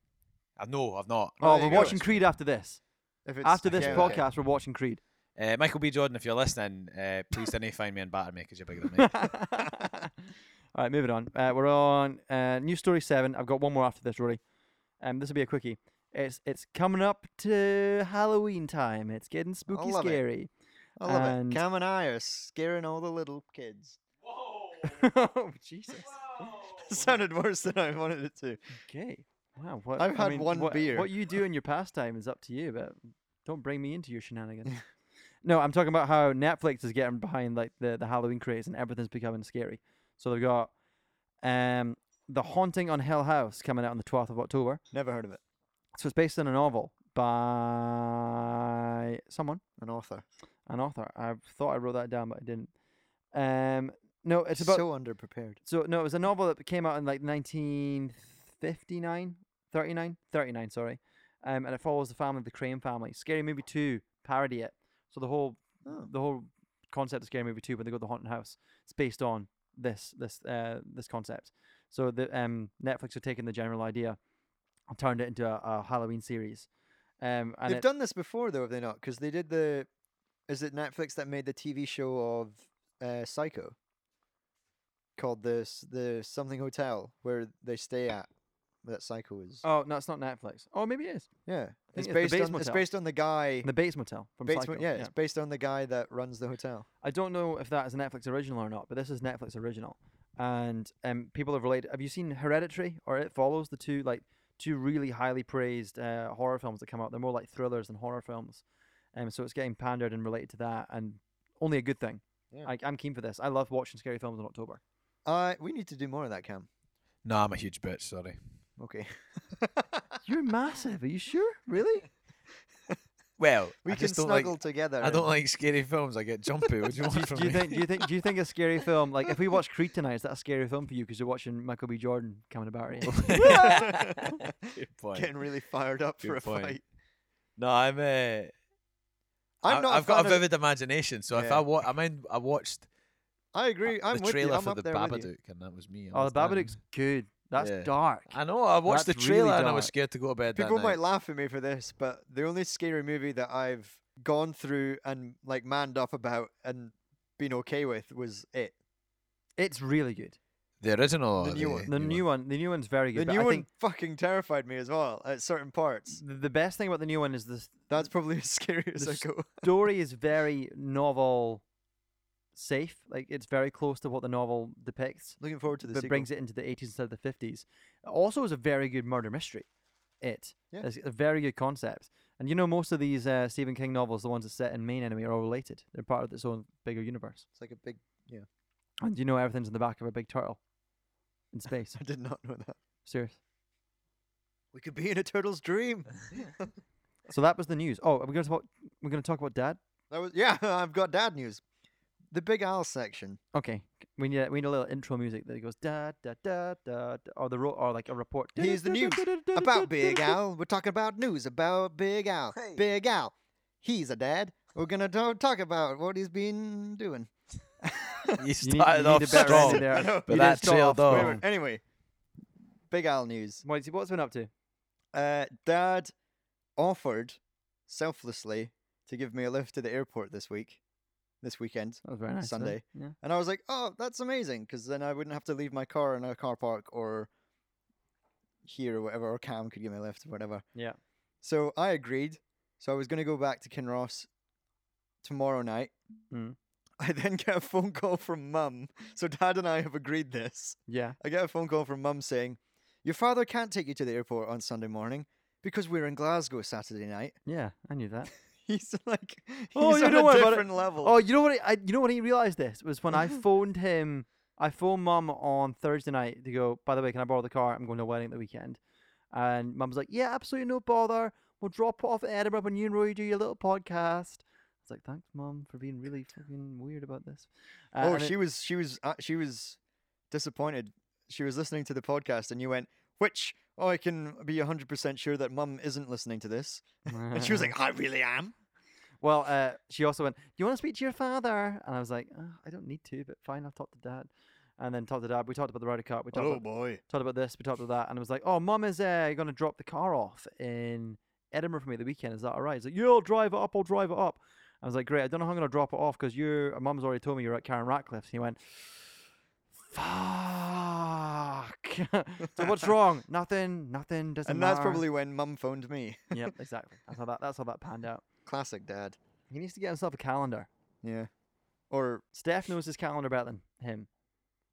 I know, I've not.
Oh,
Oh, there
we're
you go.
watching Creed after this.
If it's,
After this
yeah, okay.
podcast, we're watching Creed.
Uh, Michael B. Jordan, if you're listening, uh, please don't find me and batter me because you're bigger than me.
All right, moving on. Uh, we're on uh, news story seven. I've got one more after this, really. Um, this will be a quickie. It's it's coming up to Halloween time. It's getting spooky,
love it.
scary.
I love
And-
it. Cam and I are scaring all the little kids.
oh Jesus.
It sounded worse than I wanted it to.
Okay. Wow. What,
I've
I
had
mean,
one
what,
beer.
What you do in your pastime is up to you, but don't bring me into your shenanigans. no, I'm talking about how Netflix is getting behind like the, the Halloween craze and everything's becoming scary. So they've got um The Haunting on Hill House coming out on the 12th of October.
Never heard of it.
So it's based on a novel by someone,
An author.
an author. I thought I wrote that down, but I didn't. Um, no, it's about
so underprepared.
so no, it was a novel that came out in like 1959, 39, 39, sorry. Um, and it follows the family of the Crane family. Scary Movie 2 parody it. So the whole
Oh.
the whole concept of Scary Movie 2 when they go to the haunted house, it's based on this this uh, this concept. So the um, Netflix have taken the general idea and turned it into a, a Halloween series. Um, and
They've
it-
done this before, though, have they not? Because they did the. Is it Netflix that made the TV show of uh, Psycho? Called this the something hotel where they stay at. That Psycho is.
oh no, it's not Netflix. Oh, maybe it is
yeah,
think it's
it's
the
based
Bates
on it's
Motel.
based on the guy.
the Bates Motel from
Bates,
Psycho.
Mo- yeah, it's based on the guy that runs the hotel.
I don't know if that is a Netflix original or not, but this is Netflix original, and um, people have related. Have you seen Hereditary or It Follows? The two like two really highly praised uh, horror films that come out. They're more like thrillers than horror films, um, so it's getting pandered and related to that, and only a good thing.
Yeah.
I, I'm keen for this. I love watching scary films in October.
Uh, we need to do more of that, Cam.
no, I'm a huge bitch. Sorry.
Okay,
You're massive. Are you sure? Really?
Well,
we
I
can
just don't
snuggle
like.
together.
I don't
and-
like scary films. I get jumpy. What do you want from
Do you
me?
think? Do you think? Do you think a scary film like if we watch Creed tonight is that a scary film for you because you're watching Michael B. Jordan coming about you?
Good point.
getting really fired up for
Good
a
point.
fight.
No, I'm. Uh,
I'm
I-
not.
I've got a
fan of-
vivid imagination, so if
Yeah.
I wa- I mean, I watched
I agree. I'm
the
with you.
trailer
I'm
for
up
the
there with you.
Babadook, and that was me. I
Oh,
was
the
down.
Babadook's good. That's
Yeah.
dark.
I know. I watched
That's
the
really
trailer and I was
dark.
scared to go to bed.
People
that
might
night.
laugh at me for this, but the only scary movie that I've gone through and like manned up about and been okay with was it.
It's really good.
The original, or
Oh, The new one.
The new one, the new one's very
The
good. but
new
I
one
think
fucking terrified me as well at certain parts.
th- the best thing about the new one is the
That's probably as scary as I
s-
go.
story is very novel safe. Like it's very close to what the novel depicts,
Looking forward to the
but
sequel.
brings it into the 80s instead of the 50s. Also, is a very good murder mystery. It
Yeah.
It's a very good concept. And you know, most of these uh, Stephen King novels, the ones that set in Maine anyway, are all related. They're part of its own bigger universe.
It's like a big.
And you know, everything's in the back of a big turtle in space.
I did not know that.
Serious.
We could be in a turtle's dream.
So that was the news. Oh, are we going to talk? We're going to talk about Dad.
That was yeah. I've got dad news. The Big Al section.
Okay, we need a, we need a little intro music that goes da da da da, da or the ro- or like a report.
Here's the news about Big Al. We're talking about news about Big Al. Big Al, he's a dad. We're gonna ta- talk about what he's been doing.
You
You need,
started
you
off
need a better
strong.
ending there.
I know.
You
But
did
that
start off
trailed off.
strong.
Anyway, Big Al news.
What's what's been up to?
Uh, dad offered selflessly to give me a lift to the airport this week, this weekend,
That was very nice. wasn't it? Yeah.
and I was like, "Oh, that's amazing!" Because then I wouldn't have to leave my car in a car park or here or whatever, or Cam could give me a lift or whatever.
Yeah.
So I agreed. So I was going to go back to Kinross tomorrow night.
Mm.
I then get a phone call from mum. So dad and I have agreed this.
Yeah.
I get a phone call from mum saying, Your father can't take you to the airport on Sunday morning because we're in Glasgow Saturday night.
Yeah, I knew that.
He's like, he's
Oh, you
on
don't
a
worry about it.
different level.
Oh, you know what? I, I you know when he realized this was when I phoned him. I phoned mum on Thursday night to go. By the way, can I borrow the car? I'm going to a wedding at the weekend. And mum was like, "Yeah, absolutely no bother. We'll drop it off at Edinburgh when you and Rory do your little podcast." I was like, "Thanks, mum, for being really fucking weird about this." Uh,
oh,
and it-
she was she was uh, she was disappointed. She was listening to the podcast, and you went, "Which? Oh, I can be hundred percent sure that Mum isn't listening to this." And she was like, "I really am."
Well, uh, she also went, Do you want to speak to your father? And I was like, "Uh, I don't need to, but fine, I'll talk to dad. And then talked to dad. We talked about the Ryder Cup. We talked, about,
boy.
talked about this. We talked about that. And I was like, Oh, mum is uh, going to drop the car off in Edinburgh for me at the weekend. Is that all right? He's like, Yeah, I'll drive it up. I'll drive it up. I was like, Great. I don't know how I'm going to drop it off because your mum's already told me you're at Karen Ratcliffe's. And he went, Fuck. so what's wrong? Nothing. Nothing. Doesn't
And that's
matter."
probably when Mum phoned me.
Yep, exactly. That's how that, that's how that panned out.
Classic dad.
He needs to get himself a calendar.
Yeah. Or
Steph knows his calendar better than him.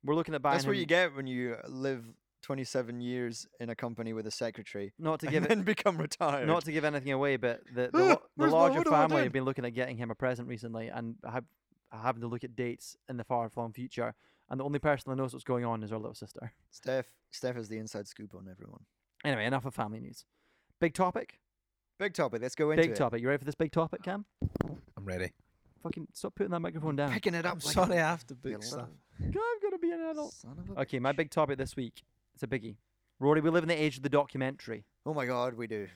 We're looking at buying
that's what
him
you get when you live twenty-seven years in a company with a secretary
not to
and
give it,
then become retired.
not to give anything away, but the the,
Ah,
lo- the
where's my-
larger
what have I
family
done?
have been looking at getting him a present recently and have having to look at dates in the far flung future. And the only person that knows what's going on is our little sister.
Steph. Steph has the inside scoop on everyone.
Anyway, enough of family news. Big topic.
Big topic. Let's go into
Big
it.
topic. You ready for this big topic, Cam?
I'm ready.
Fucking stop putting that microphone down.
Picking it up.
I'm
like a-
sorry, I have to
you
book stuff.
I'm gonna be an
little
adult.
Son of a.
Okay, my big topic this week. It's a biggie. Rory, we live in the age of the documentary.
Oh my God, we do.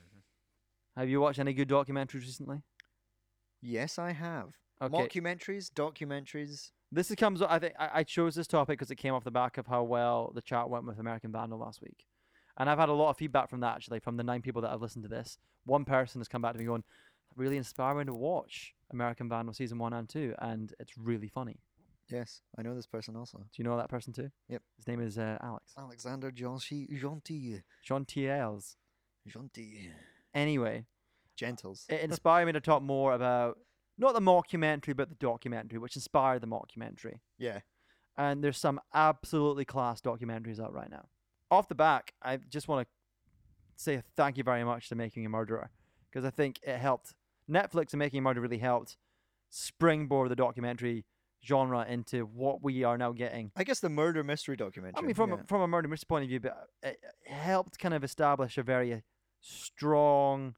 Have you watched any good documentaries recently?
Yes, I have.
Okay.
Mockumentaries, documentaries.
This is comes. I think I I chose this topic because it came off the back of how well the chat went with American Vandal last week, and I've had a lot of feedback from that actually from the nine people that have listened to this. One person has come back to me going, "Really inspiring to watch American Vandal season one and two, and it's really funny."
Yes, I know this person also.
Do you know that person too?
Yep.
His name is uh, Alex
Alexander Gentil. Gentil.
John Tiels.
Gentil.
Anyway,
Gentles.
it inspired me to talk more about not the mockumentary but the documentary, which inspired the mockumentary.
Yeah.
and there's some absolutely class documentaries out right now. Off the back, I just want to say thank you very much to Making a Murderer because I think it helped Netflix and Making a Murderer really helped springboard the documentary genre into what we are now getting.
I guess the murder mystery documentary.
I mean, from
yeah.
a, from a murder mystery point of view, but it it helped kind of establish a very uh, strong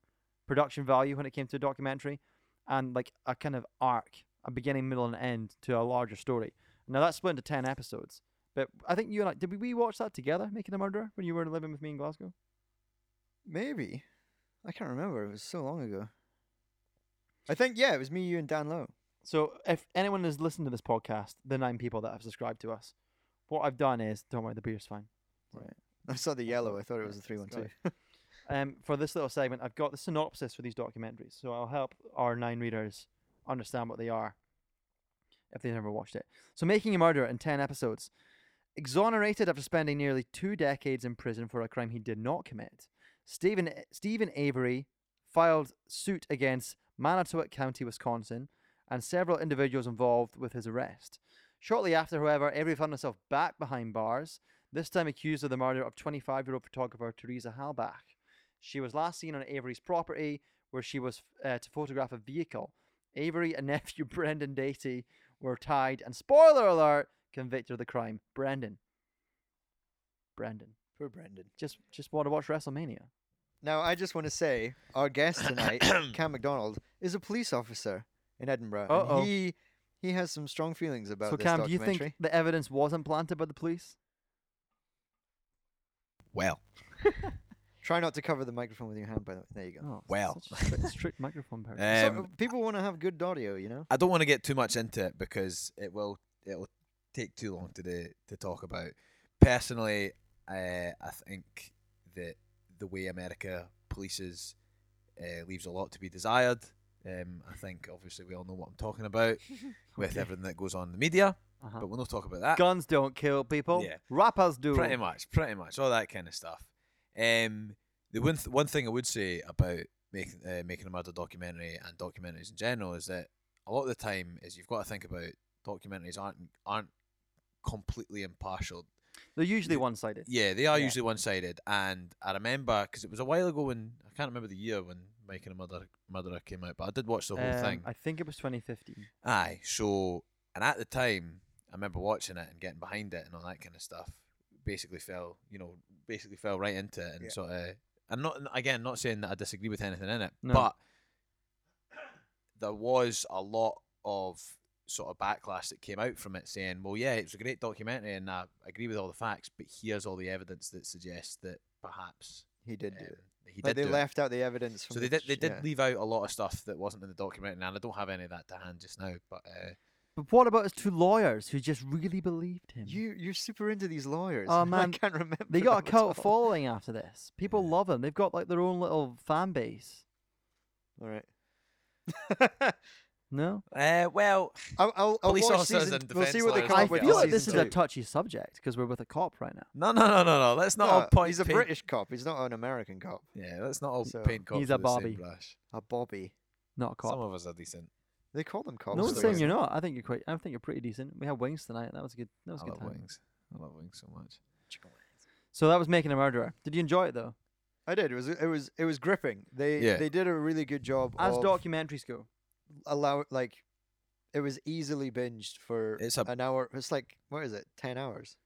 production value when it came to a documentary, and like a kind of arc, a beginning, middle, and end to a larger story. Now that's split into ten episodes, but I think you and I did we, we watch that together, Making a Murderer, when you were living with me in Glasgow.
maybe I can't remember. It was so long ago. I think yeah, it was me, you, and Dan Lowe.
So if anyone has listened to this podcast, the nine people that have subscribed to us, what I've done is don't worry, the beer's fine.
I saw the yellow. I thought it was a
Let's go.
three one two.
um, for this little segment, I've got the synopsis for these documentaries, so I'll help our nine readers understand what they are if they've never watched it. So, Making a Murderer in 10 episodes. Exonerated after spending nearly two decades in prison for a crime he did not commit, Stephen, Stephen Avery filed suit against Manitowoc County, Wisconsin, and several individuals involved with his arrest. Shortly after, however, Avery found himself back behind bars, this time accused of the murder of 25 year old photographer Teresa Halbach. She was last seen on Avery's property, where she was uh, to photograph a vehicle. Avery and nephew Brendan Datey were tied, and spoiler alert, convicted of the crime. Brendan. Brendan.
Poor Brendan.
Just just want to watch WrestleMania.
Now I just want to say our guest tonight, Cam McDonald, is a police officer in Edinburgh. and
Uh-oh.
he he has some strong feelings about
so,
this
Cam, do you
documentary.
think the evidence wasn't planted by the police?
Well,
Try not to cover the microphone with your hand. By the way, there you go.
Oh,
Well.
such a strict, strict microphone person.
eh,
So,
Um,
uh, people want to have good audio, you know.
I don't want to get too much into it because it will it will take too long to do, to talk about. Personally, uh, I think that the way America polices uh, leaves a lot to be desired. Um, I think obviously we all know what I'm talking about with
Okay.
everything that goes on in the media,
Uh-huh.
but we'll not talk about that.
Guns don't kill people.
Yeah.
Rappers do.
Pretty much, pretty much, all that kind of stuff. Um, the one th- one thing I would say about making uh, making a murder documentary and documentaries in general is that a lot of the time is you've got to think about documentaries aren't aren't completely impartial.
They're usually
Yeah.
one-sided.
Yeah, they are
Yeah.
usually one sided. And I remember because it was a while ago when I can't remember the year when Mike and the Murder Murderer came out, but I did watch the whole
Um,
thing.
I think it was 2015.
Aye, so and at the time, I remember watching it and getting behind it and all that kind of stuff. Basically, fell you know, basically fell right into it and
Yeah.
sort of. And not again, not saying that I disagree with anything in it,
No.
but there was a lot of sort of backlash that came out from it, saying, "Well, yeah, it was a great documentary, and I agree with all the facts, but here's all the evidence that suggests that perhaps
He did do
um,
it.
he
Like
did
they
do it."
left out the evidence. From
So they
the
did. They
ch-
did
yeah.
leave out a lot of stuff that wasn't in the documentary, and I don't have any of that to hand just now. But uh,
But what about his two lawyers who just really believed him?
You you're super into these lawyers.
Oh,
I
man,
can't remember.
they got
them
a
at
cult
all.
following after this. People
Yeah.
love them. They've got like their own little fan base.
All right.
No,
uh, well,
I'll, I'll, I'll
Police
watch
officers
season,
and
We'll see
defense
what they
lawyers
come
I
up
can't
with.
wait
feel
for
like this is
season
a
two.
touchy subject because we're with a cop right now.
no, no, no, no, no. Let's not all
No,
point.
he's a
paint-
British cop. He's not an American cop.
Yeah, let's not all
So-
paint cops
He's a
with the same
Bobby.
brush.
A Bobby.
Not a cop.
Some of us are decent.
They call them cops.
no one's
though,
saying
right?
you're not. I think you're quite. I think you're pretty decent. We had wings tonight. That was a good. That was a
I
good
love
time.
wings. I love wings so much.
So that was making a murderer. Did you enjoy it though?
I did. It was it was it was gripping. They
Yeah.
they did a really good job
As
of
documentaries go,
allow like it was easily binged for
It's a-
an hour. It's like what is it? Ten hours.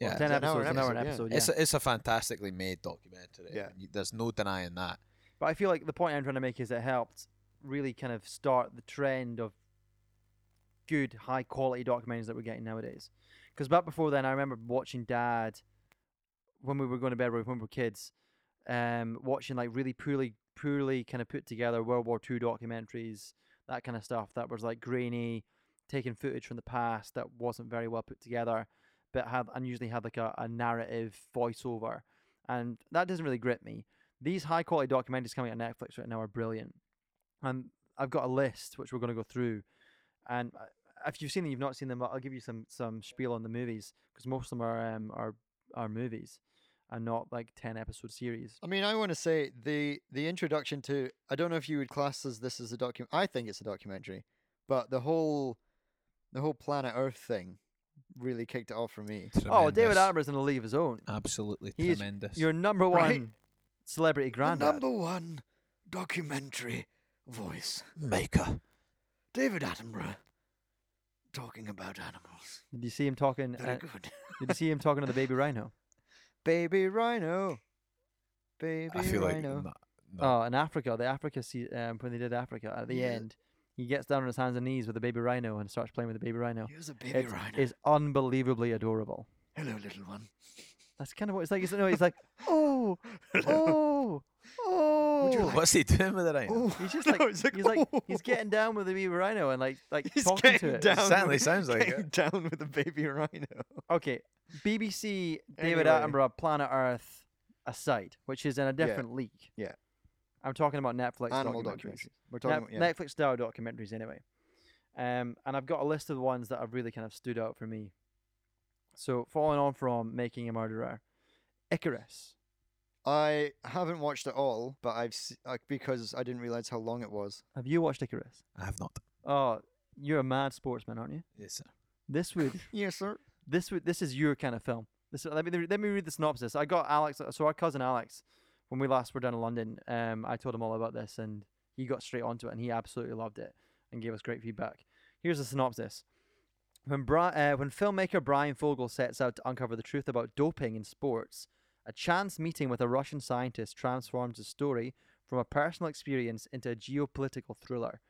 Yeah,
ten
it's an hour
episodes, an hour an
episode, yeah.
episode. Yeah.
it's a, it's a fantastically made documentary.
Yeah.
You- there's no denying that.
But I feel like the point I'm trying to make is it helped really kind of start the trend of good, high quality documentaries that we're getting nowadays. Because back before then, I remember watching Dad when we were going to bed when we were kids, um, watching like really poorly, poorly kind of put together World War II documentaries, that kind of stuff that was like grainy, taking footage from the past that wasn't very well put together, but had and usually had like a, a narrative voiceover. And that doesn't really grip me these high quality documentaries coming out on Netflix right now are brilliant. Um, I've got a list which we're going to go through, and uh, if you've seen them, you've not seen them, I'll give you some some spiel on the movies because most of them are um are are movies, and not like ten episode series.
I mean, I want to say the the introduction to I don't know if you would class as this as a document. I think it's a documentary, but the whole the whole planet Earth thing really kicked it off for me.
Oh, David Attenborough's in a league of his own.
Absolutely
He is
tremendous.
Your number one
Right.
celebrity granddad.
one documentary voice,
maker.
David Attenborough, talking about animals.
Did you see him talking? uh,
good.
did you see him talking to the baby rhino?
Baby Rhino. Baby
I feel like
Rhino.
no- no.
Oh, in Africa, the Africa se- um, when they did Africa at the
Yeah.
end, he gets down on his hands and knees with the baby rhino and starts playing with the baby rhino.
Here's a baby
It's is unbelievably adorable.
Hello, little one.
That's kind of what it's like. It's, no, it's like, oh, oh, oh.
Would you like-
What's he doing with it right now?
He's just like, he's like, he's getting down with the baby rhino and like, like
oh. He's
talking to
getting
it.
down.
Certainly
with-
sounds like
getting
it.
down with a baby rhino.
Okay, BBC David
Anyway.
Attenborough Planet Earth aside, which is in a different league.
Yeah.
I'm talking about Netflix
Animal
documentaries.
documentaries. We're talking about,
Net-
yeah.
Netflix style documentaries anyway. Um, and I've got a list of the ones that have really kind of stood out for me. So following on from Making a Murderer, Icarus.
I haven't watched it all, but I've se- uh, because I didn't realize how long it was.
Have you watched Icarus?
I have not.
Oh, you're a mad sportsman, aren't you?
Yes, sir.
This would,
Yes, sir.
this would, this is your kind of film. This let me let me read the synopsis. I got Alex, so our cousin Alex, when we last were down in London, um, I told him all about this, and he got straight onto it, and he absolutely loved it, and gave us great feedback. Here's the synopsis. When, Bri- uh, when filmmaker Brian Fogel sets out to uncover the truth about doping in sports, a chance meeting with a Russian scientist transforms his story from a personal experience into a geopolitical thriller.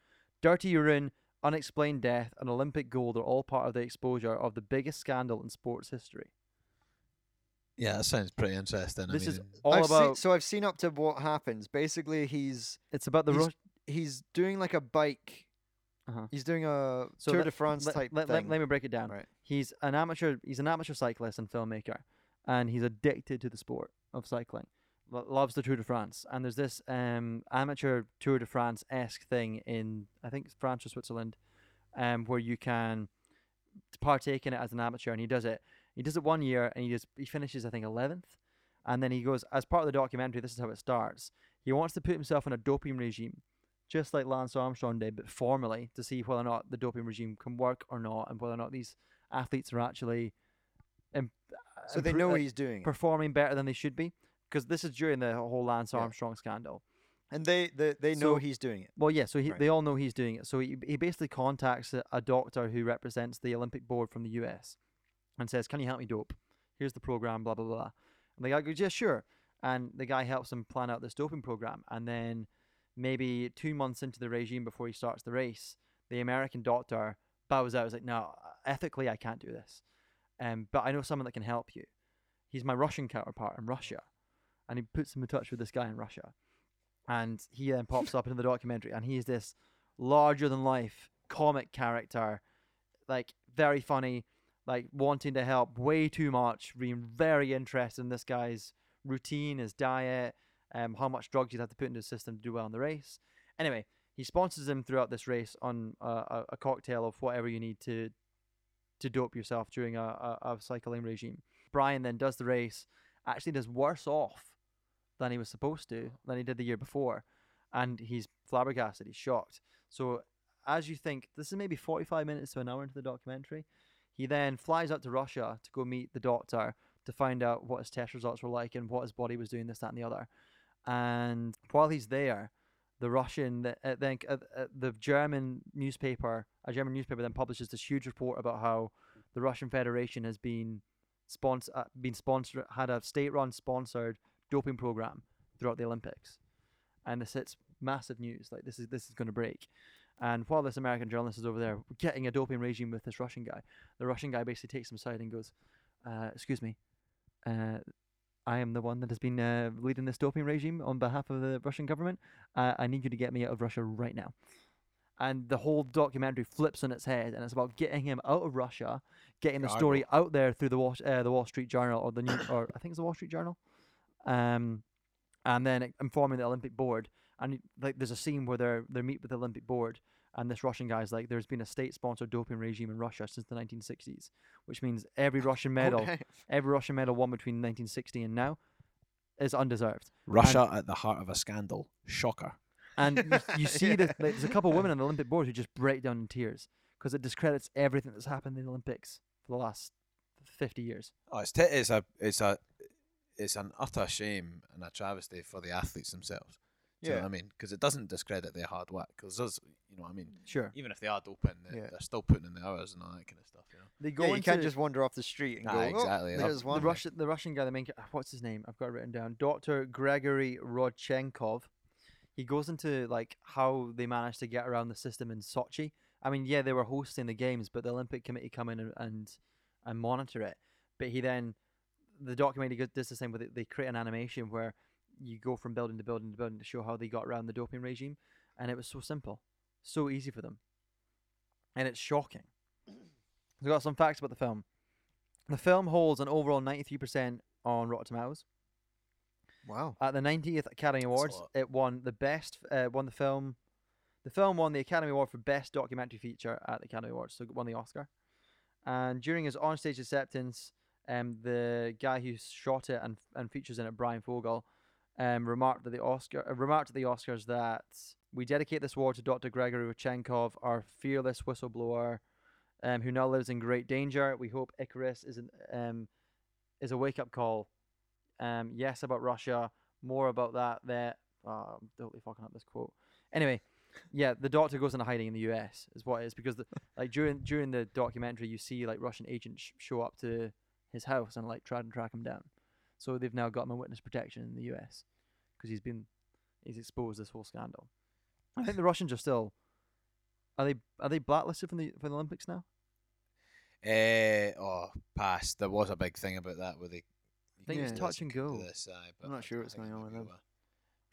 Dirty urine, unexplained death, and Olympic gold are all part of the exposure of the biggest scandal in sports history.
Yeah, that sounds pretty interesting.
this
I mean,
is all
I've seen-
about.
so I've seen up to what happens. Basically, he's
it's about the
he's-
Russian.
he's doing like a bike.
Uh-huh.
He's doing a
So
Tour
let-
de France
let,
type
let,
thing.
let- let me break it down.
Right.
He's an amateur. He's an amateur cyclist and filmmaker, and he's addicted to the sport of cycling. Lo- loves the Tour de France, and there's this um, amateur Tour de France esque thing in I think it's France or Switzerland, um, where you can partake in it as an amateur, and he does it. He does it one year, and he just he finishes I think eleventh, and then he goes as part of the documentary. This is how it starts. He wants to put himself on a doping regime just like Lance Armstrong did, but formally to see whether or not the doping regime can work or not, and whether or not these athletes are actually. Imp-
So they
improve-
know
uh,
he's doing it.
performing better than they should be because this is during the whole Lance
Yeah.
Armstrong scandal.
And they, they, they know
So-
he's doing it.
Well, yeah, so he,
Right.
they all know he's doing it. So he, he basically contacts a, a doctor who represents the Olympic board from the US and says, Can you help me dope? Here's the program, blah, blah, blah. And the guy goes, Yeah, sure. And the guy helps him plan out this doping program. And then maybe two months into the regime before he starts the race, the American doctor bows out. He's like, No, ethically, I can't do this. Um, but I know someone that can help you. He's my Russian counterpart in Russia. And he puts him in touch with this guy in Russia and he then pops up in the documentary and he's this larger than life comic character like very funny like wanting to help way too much being very interested in this guy's routine his diet um, how much drugs you'd have to put into his system to do well in the race anyway he sponsors him throughout this race on a, a, a cocktail of whatever you need to to dope yourself during a, a, a cycling regime brian then does the race actually does worse off than he was supposed to, than he did the year before. And he's flabbergasted, he's shocked. So, as you think, this is maybe 45 minutes to an hour into the documentary. He then flies up to Russia to go meet the doctor to find out what his test results were like and what his body was doing, this, that, and the other. And while he's there, the Russian, th- uh, then uh, uh, the German newspaper, a German newspaper then publishes this huge report about how the Russian Federation has been sponsor, uh, been sponsored, had a state-run sponsored doping program throughout the Olympics, and this hits massive news. Like this is this is going to break. And while this American journalist is over there getting a doping regime with this Russian guy, the Russian guy basically takes him aside and goes, uh, "Excuse me, uh, I am the one that has been uh, leading this doping regime on behalf of the Russian government. Uh, I need you to get me out of Russia right now." And the whole documentary flips on its head, and it's about getting him out of Russia, getting the
Yeah, I know.
story out there through the Wall, uh, the Wall Street Journal or the New, or I think it's the Wall Street Journal, um, and then informing the Olympic board. And y- like, there's a scene where they're they meet with the Olympic board, and this Russian guy's like, "There's been a state-sponsored doping regime in Russia since the 1960s, which means every Russian medal, every Russian medal won between 1960 and now, is undeserved."
Russia at the heart of a scandal. Shocker.
And you, you see the, like, there's a couple of women on the Olympic board who just break down in tears because it discredits everything that's happened in the Olympics for the last 50 years.
Oh, it's, t- it's a it's a it's an utter shame and a travesty for the athletes themselves. Do you know
Yeah.
what I mean? Because it doesn't discredit their hard work. Because those, you know, what I mean,
Sure,
even if they are doping, they,
Yeah.
they're still putting in the hours and all that kind of stuff. You know,
they go
Yeah, you can't
into-
just wander off the street and
Nah,
go,
exactly,
oh,
that-
there's
the
the
one.
Russian, the Russian guy, the main, ca- what's his name? I've got it written down. Doctor Gregory Rodchenkov. He goes into like how they managed to get around the system in Sochi. I mean, yeah, they were hosting the games, but the Olympic Committee come in and and, and monitor it. But he then, the documentary goes- does the same with it. They create an animation where you go from building to building to building to show how they got around the doping regime, and it was so simple, so easy for them, and it's shocking. We've got some facts about the film. The film holds an overall 93% on Rotten Tomatoes.
Wow.
At the 90th Academy
a
Awards,
lot.
it won the best, uh, won the film. The film won the Academy Award for Best Documentary Feature at the Academy Awards, so it won the Oscar. And during his onstage acceptance, um, the guy who shot it and, and features in it, Brian Fogel, um, remarked that the Oscar uh, remarked at the Oscars that we dedicate this award to Dr. Gregory Rodchenkov, our fearless whistleblower, um, who now lives in great danger. We hope Icarus is an, um, is a wake up call. Um, yes, about Russia. More about that there. Oh, I'm totally fucking up this quote. Anyway, yeah, the doctor goes into hiding in the U.S. is what it is because the, like during during the documentary you see like Russian agents sh- show up to his house and like try and track him down. So they've now got him on witness protection in the U.S. because he's been he's exposed this whole scandal. I think the Russians are still are they are they blacklisted from the from the Olympics now?
Eh, oh, pass. There was a big thing about that where they. you
think
could
it's
do this,
touch
you
and
could do
go.
this, aye, but
I'm not
I
sure
don't
what's
think
going
it
on
would
with
be
them.
well.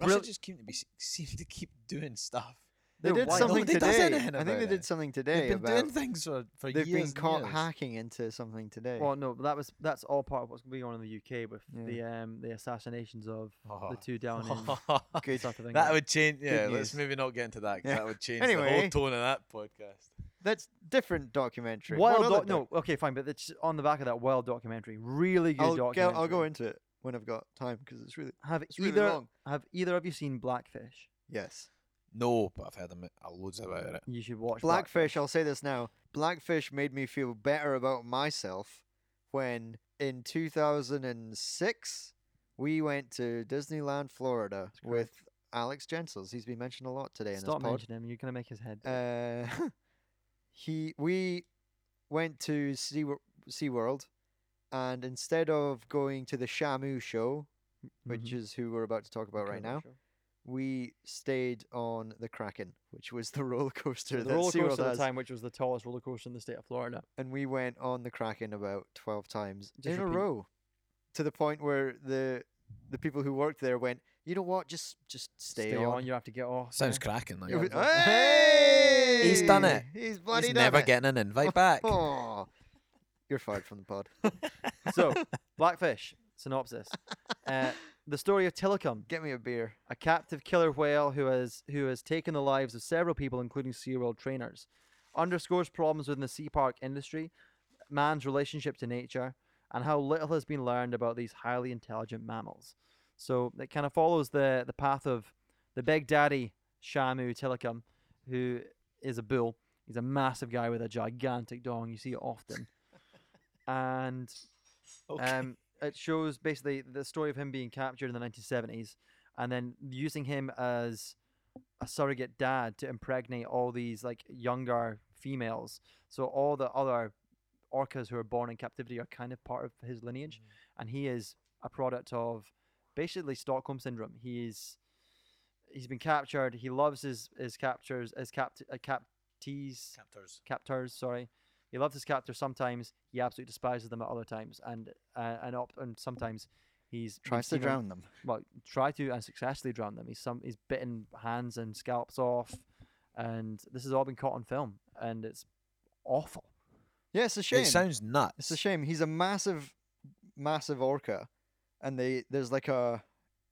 Russia
Brill-
just keep to be, seem to keep doing stuff.
They
They're
did
wild.
something
Nobody does
today.
anything
I think
about
they
it.
did something today
They've been doing
about
things for, for
they've
years
been
and
caught
years.
hacking into something today.
Well, no, that was that's all part of what's going on in the UK with
Yeah.
the um the assassinations of
Oh.
the two down in
Good.
South of England.
That would change. Yeah,
Good
let's
news.
maybe not get into that. 'cause
Yeah.
That would change the
Anyway.
whole tone of that podcast.
That's different documentary. What
wild
other
doc- no, okay, fine, but it's on the back of that wild documentary. Really good
I'll go,
documentary.
I'll go into it when I've got time because it's really
Have
it's really
either
long.
have either of you seen Blackfish?
Yes.
No, but I've heard a mi- uh, loads about it.
You should watch
Blackfish, I'll say this now. Blackfish made me feel better about myself when in 2006 we went to Disneyland, Florida
That's
with
correct.
Alex Jensels. He's been mentioned a lot today in
Stop
this pod.
mentioning him. You're gonna make his head.
Uh, he we went to Sea SeaWorld and instead of going to the Shamu show, which
Mhm.
is who we're about to talk about right now, we stayed on the Kraken, which was the roller coaster
the
that
roller
SeaWorld
coaster at the
has.
time, which was the tallest roller coaster in the state of Florida.
and we went on the Kraken about twelve times
Just
in
repeat.
a row, to the point where the the people who worked there went, you know what, just just stay, on.
You have to get off.
Sounds
yeah.
cracking. Like
It was-
Yeah.
hey!
He's done it.
He's bloody
he's
done
never
it. Oh.
getting an invite back.
Aw. You're fired from the pod.
so, Blackfish synopsis: uh, the story of Tillicum,
Get me a beer.
a captive killer whale who has who has taken the lives of several people, including SeaWorld trainers, underscores problems within the sea park industry, man's relationship to nature, and how little has been learned about these highly intelligent mammals. So it kind of follows the the path of the big daddy Shamu Tillicum, who is a bull. He's a massive guy with a gigantic dong. You see it often, and um, it shows basically the story of him being captured in the 1970s and then using him as a surrogate dad to impregnate all these like younger females. So all the other orcas who are born in captivity are kind of part of his lineage, and he is a product of basically Stockholm syndrome. He's he's been captured. He loves his his captures his capt uh, captees
Captors.
captors. Sorry, he loves his captors sometimes. He absolutely despises them at other times, and uh, and op- and sometimes he's we've
Tries to
seen him-
drown them.
well, try to and successfully drown them. He's some he's bitten hands and scalps off, and this has all been caught on film, and it's awful.
Yeah, it's a shame.
It sounds nuts.
It's a shame. He's a massive, massive orca, and they there's like a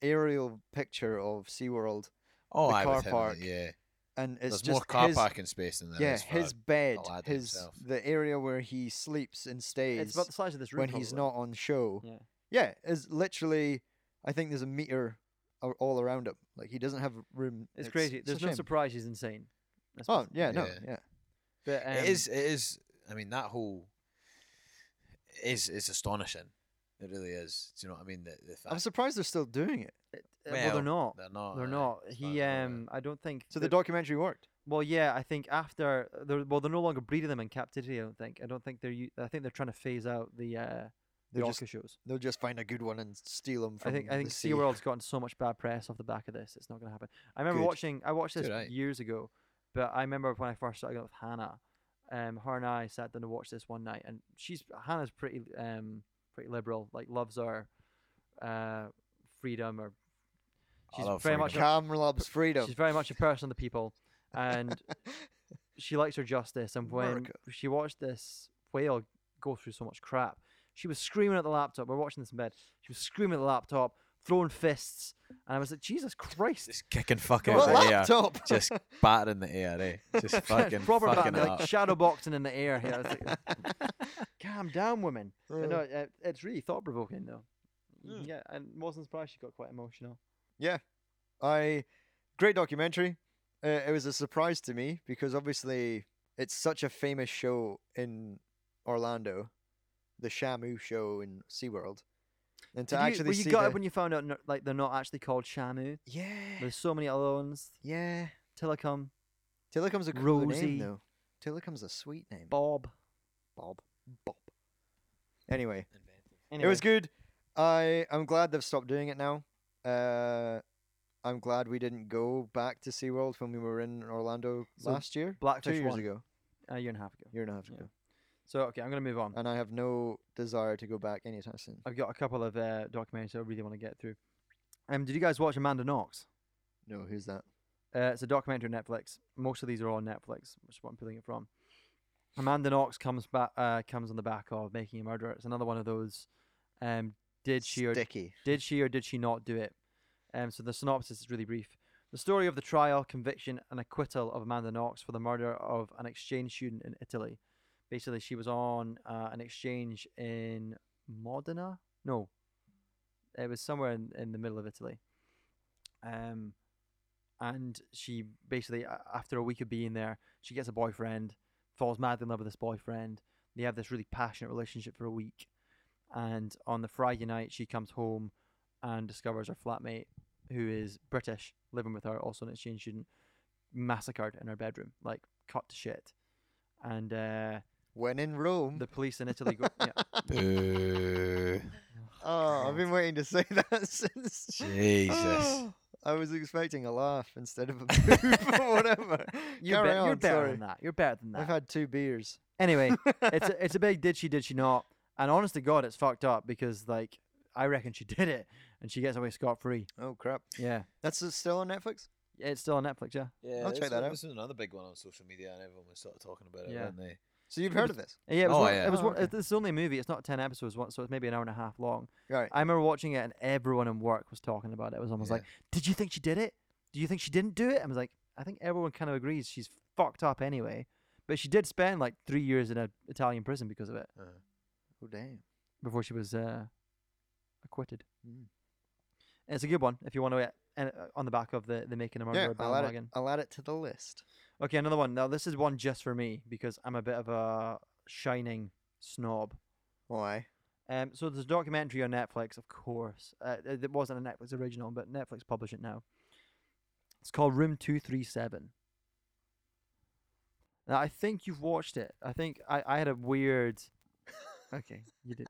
aerial picture of SeaWorld,
Oh,
the
I
car
was
park.
Yeah,
and it's
there's
just
more car
his,
parking space than there
Yeah,
is for
his bed,
lad
his
himself.
the area where he sleeps and stays
It's about the size of this room.
when he's
probably.
not on show.
Yeah.
Yeah, is literally. I think there's a meter a- all around him. Like he doesn't have room.
It's, crazy.
a
There's no
shame.
surprise. He's insane. That's
Oh
what's-
yeah, no,
Yeah.
yeah.
But, um,
it is. It is. I mean, that whole it is is astonishing. It really is. Do you know what I mean? The, the fact
I'm surprised they're still doing it.
it- uh, well, they're not.
They're not.
They're
uh,
not.
as far
He
as I'm aware.
um. I don't think.
So the
that-
documentary worked.
Well, yeah. I think after uh, they're well, they're no longer breeding them in captivity. I don't think. I don't think they're. u- I think they're trying to phase out the uh the
They're
orca
just-
shows.
They'll just find a good one and steal them
I
from.
think I
the
think
sea.
SeaWorld's gotten so much bad press off the back of this. It's not going to happen. I remember
Good.
watching. I watched
It's
this
alright.
years ago, but I remember when I first started out with Hannah. Um, her and I sat down to watch this one night, and she's Hannah's pretty um pretty liberal, like loves our uh freedom or
I
she's very
love
much
freedom.
Cam loves freedom.
she's very much a person of the people, and she likes her justice. And when
America.
she watched this whale go through so much crap, she was screaming at the laptop. We're watching this in bed. She was screaming at the laptop, throwing fists, and I was like, Jesus Christ!
just kicking fuck out
What
the air,
laptop?
just battering the air, eh? Just fucking
Proper
fucking
Batman,
it
like
up.
shadow boxing in the air here. I was like, Calm down, woman. But
Uh,
no, it, it's really thought provoking though.
Mm.
Yeah, and wasn't surprised she got quite emotional.
I great documentary. Uh, it was a surprise to me because obviously it's such a famous show in Orlando, the Shamu show in SeaWorld. And to
Did you-
actually
were you
see
gutted
the-
when you found out no, like they're not actually called Shamu?
yeah,
There's so many other ones.
yeah.
Telecom,
Tillicum's a cool
Rosie. Oh.
name though. Tillicum's a sweet name.
Bob.
Bob. Bob. Anyway,
Anyway,
It was good. I I'm glad they've stopped doing it now. Uh, I'm glad we didn't go back to SeaWorld when we were in Orlando
So,
last year, two
Blackfish
years
won.
ago,
a year and a half ago.
year and a half
Yeah.
ago,
So okay, I'm gonna move on.
and I have no desire to go back anytime soon.
I've got a couple of uh, documentaries I really want to get through. Um, did you guys watch Amanda Knox?
No, who's that?
Uh, it's a documentary on Netflix. Most of these are on Netflix, which is what I'm pulling it from. Amanda Knox comes back, uh, comes on the back of Making a Murderer. It's another one of those. Um, did she or
Sticky.
Did she or did she not do it? Um, so the synopsis is really brief. The story of the trial, conviction, and acquittal of Amanda Knox for the murder of an exchange student in Italy. Basically, she was on uh, an exchange in Modena. No, it was somewhere in, in the middle of Italy. Um, and she basically a- after a week of being there, she gets a boyfriend, falls madly in love with this boyfriend. They have this really passionate relationship for a week, and on the Friday night she comes home and discovers her flatmate, who is British, living with her, also an exchange student, massacred in her bedroom, like cut to shit, and uh,
When in Rome.
the police in Italy go. Yeah,
oh, I've
God.
been waiting to say that since.
Jesus.
Oh, I was expecting a laugh instead of a boo or whatever.
You're,
Carry
bet- you're
on,
better
sorry.
than that. You're better than that.
I've had two beers.
Anyway, it's a, it's a big did she did she not and honest to god it's fucked up because like i reckon she did it and she gets away scot-free
Oh crap!
yeah
That's uh, still on Netflix.
Yeah, it's still on netflix yeah
Yeah,
I'll
this
check that
one-
out.
This is another big one on social media, and everyone was sort of talking about it,
Yeah.
weren't they?
So you've heard of this,
Uh, yeah it was
Oh,
one-
yeah.
it was
Oh,
one-
okay.
it- this is only a movie it's not 10 episodes one, so it's maybe an hour and a half long
right?
i remember watching it and everyone in work was talking about it it was almost
Yeah.
like did you think she did it do you think she didn't do it i was like i think everyone kind of agrees she's fucked up anyway but she did spend like three years in an italian prison because of it
Uh-huh.
Oh damn!
before she was uh, acquitted.
Mm.
And it's a good one if you want to get and, uh, on the back of the, the making a
Yeah,
murderer
I'll add, it,
bandwagon.
I'll add it to the list.
Okay, another one. Now this is one just for me because I'm a bit of a shining snob.
Why?
Um, so there's a documentary on Netflix, of course. Uh, it it wasn't a Netflix original, but Netflix published it now. It's called Room Two Three Seven. Now I think you've watched it. I think I, I had a weird. Okay, you did.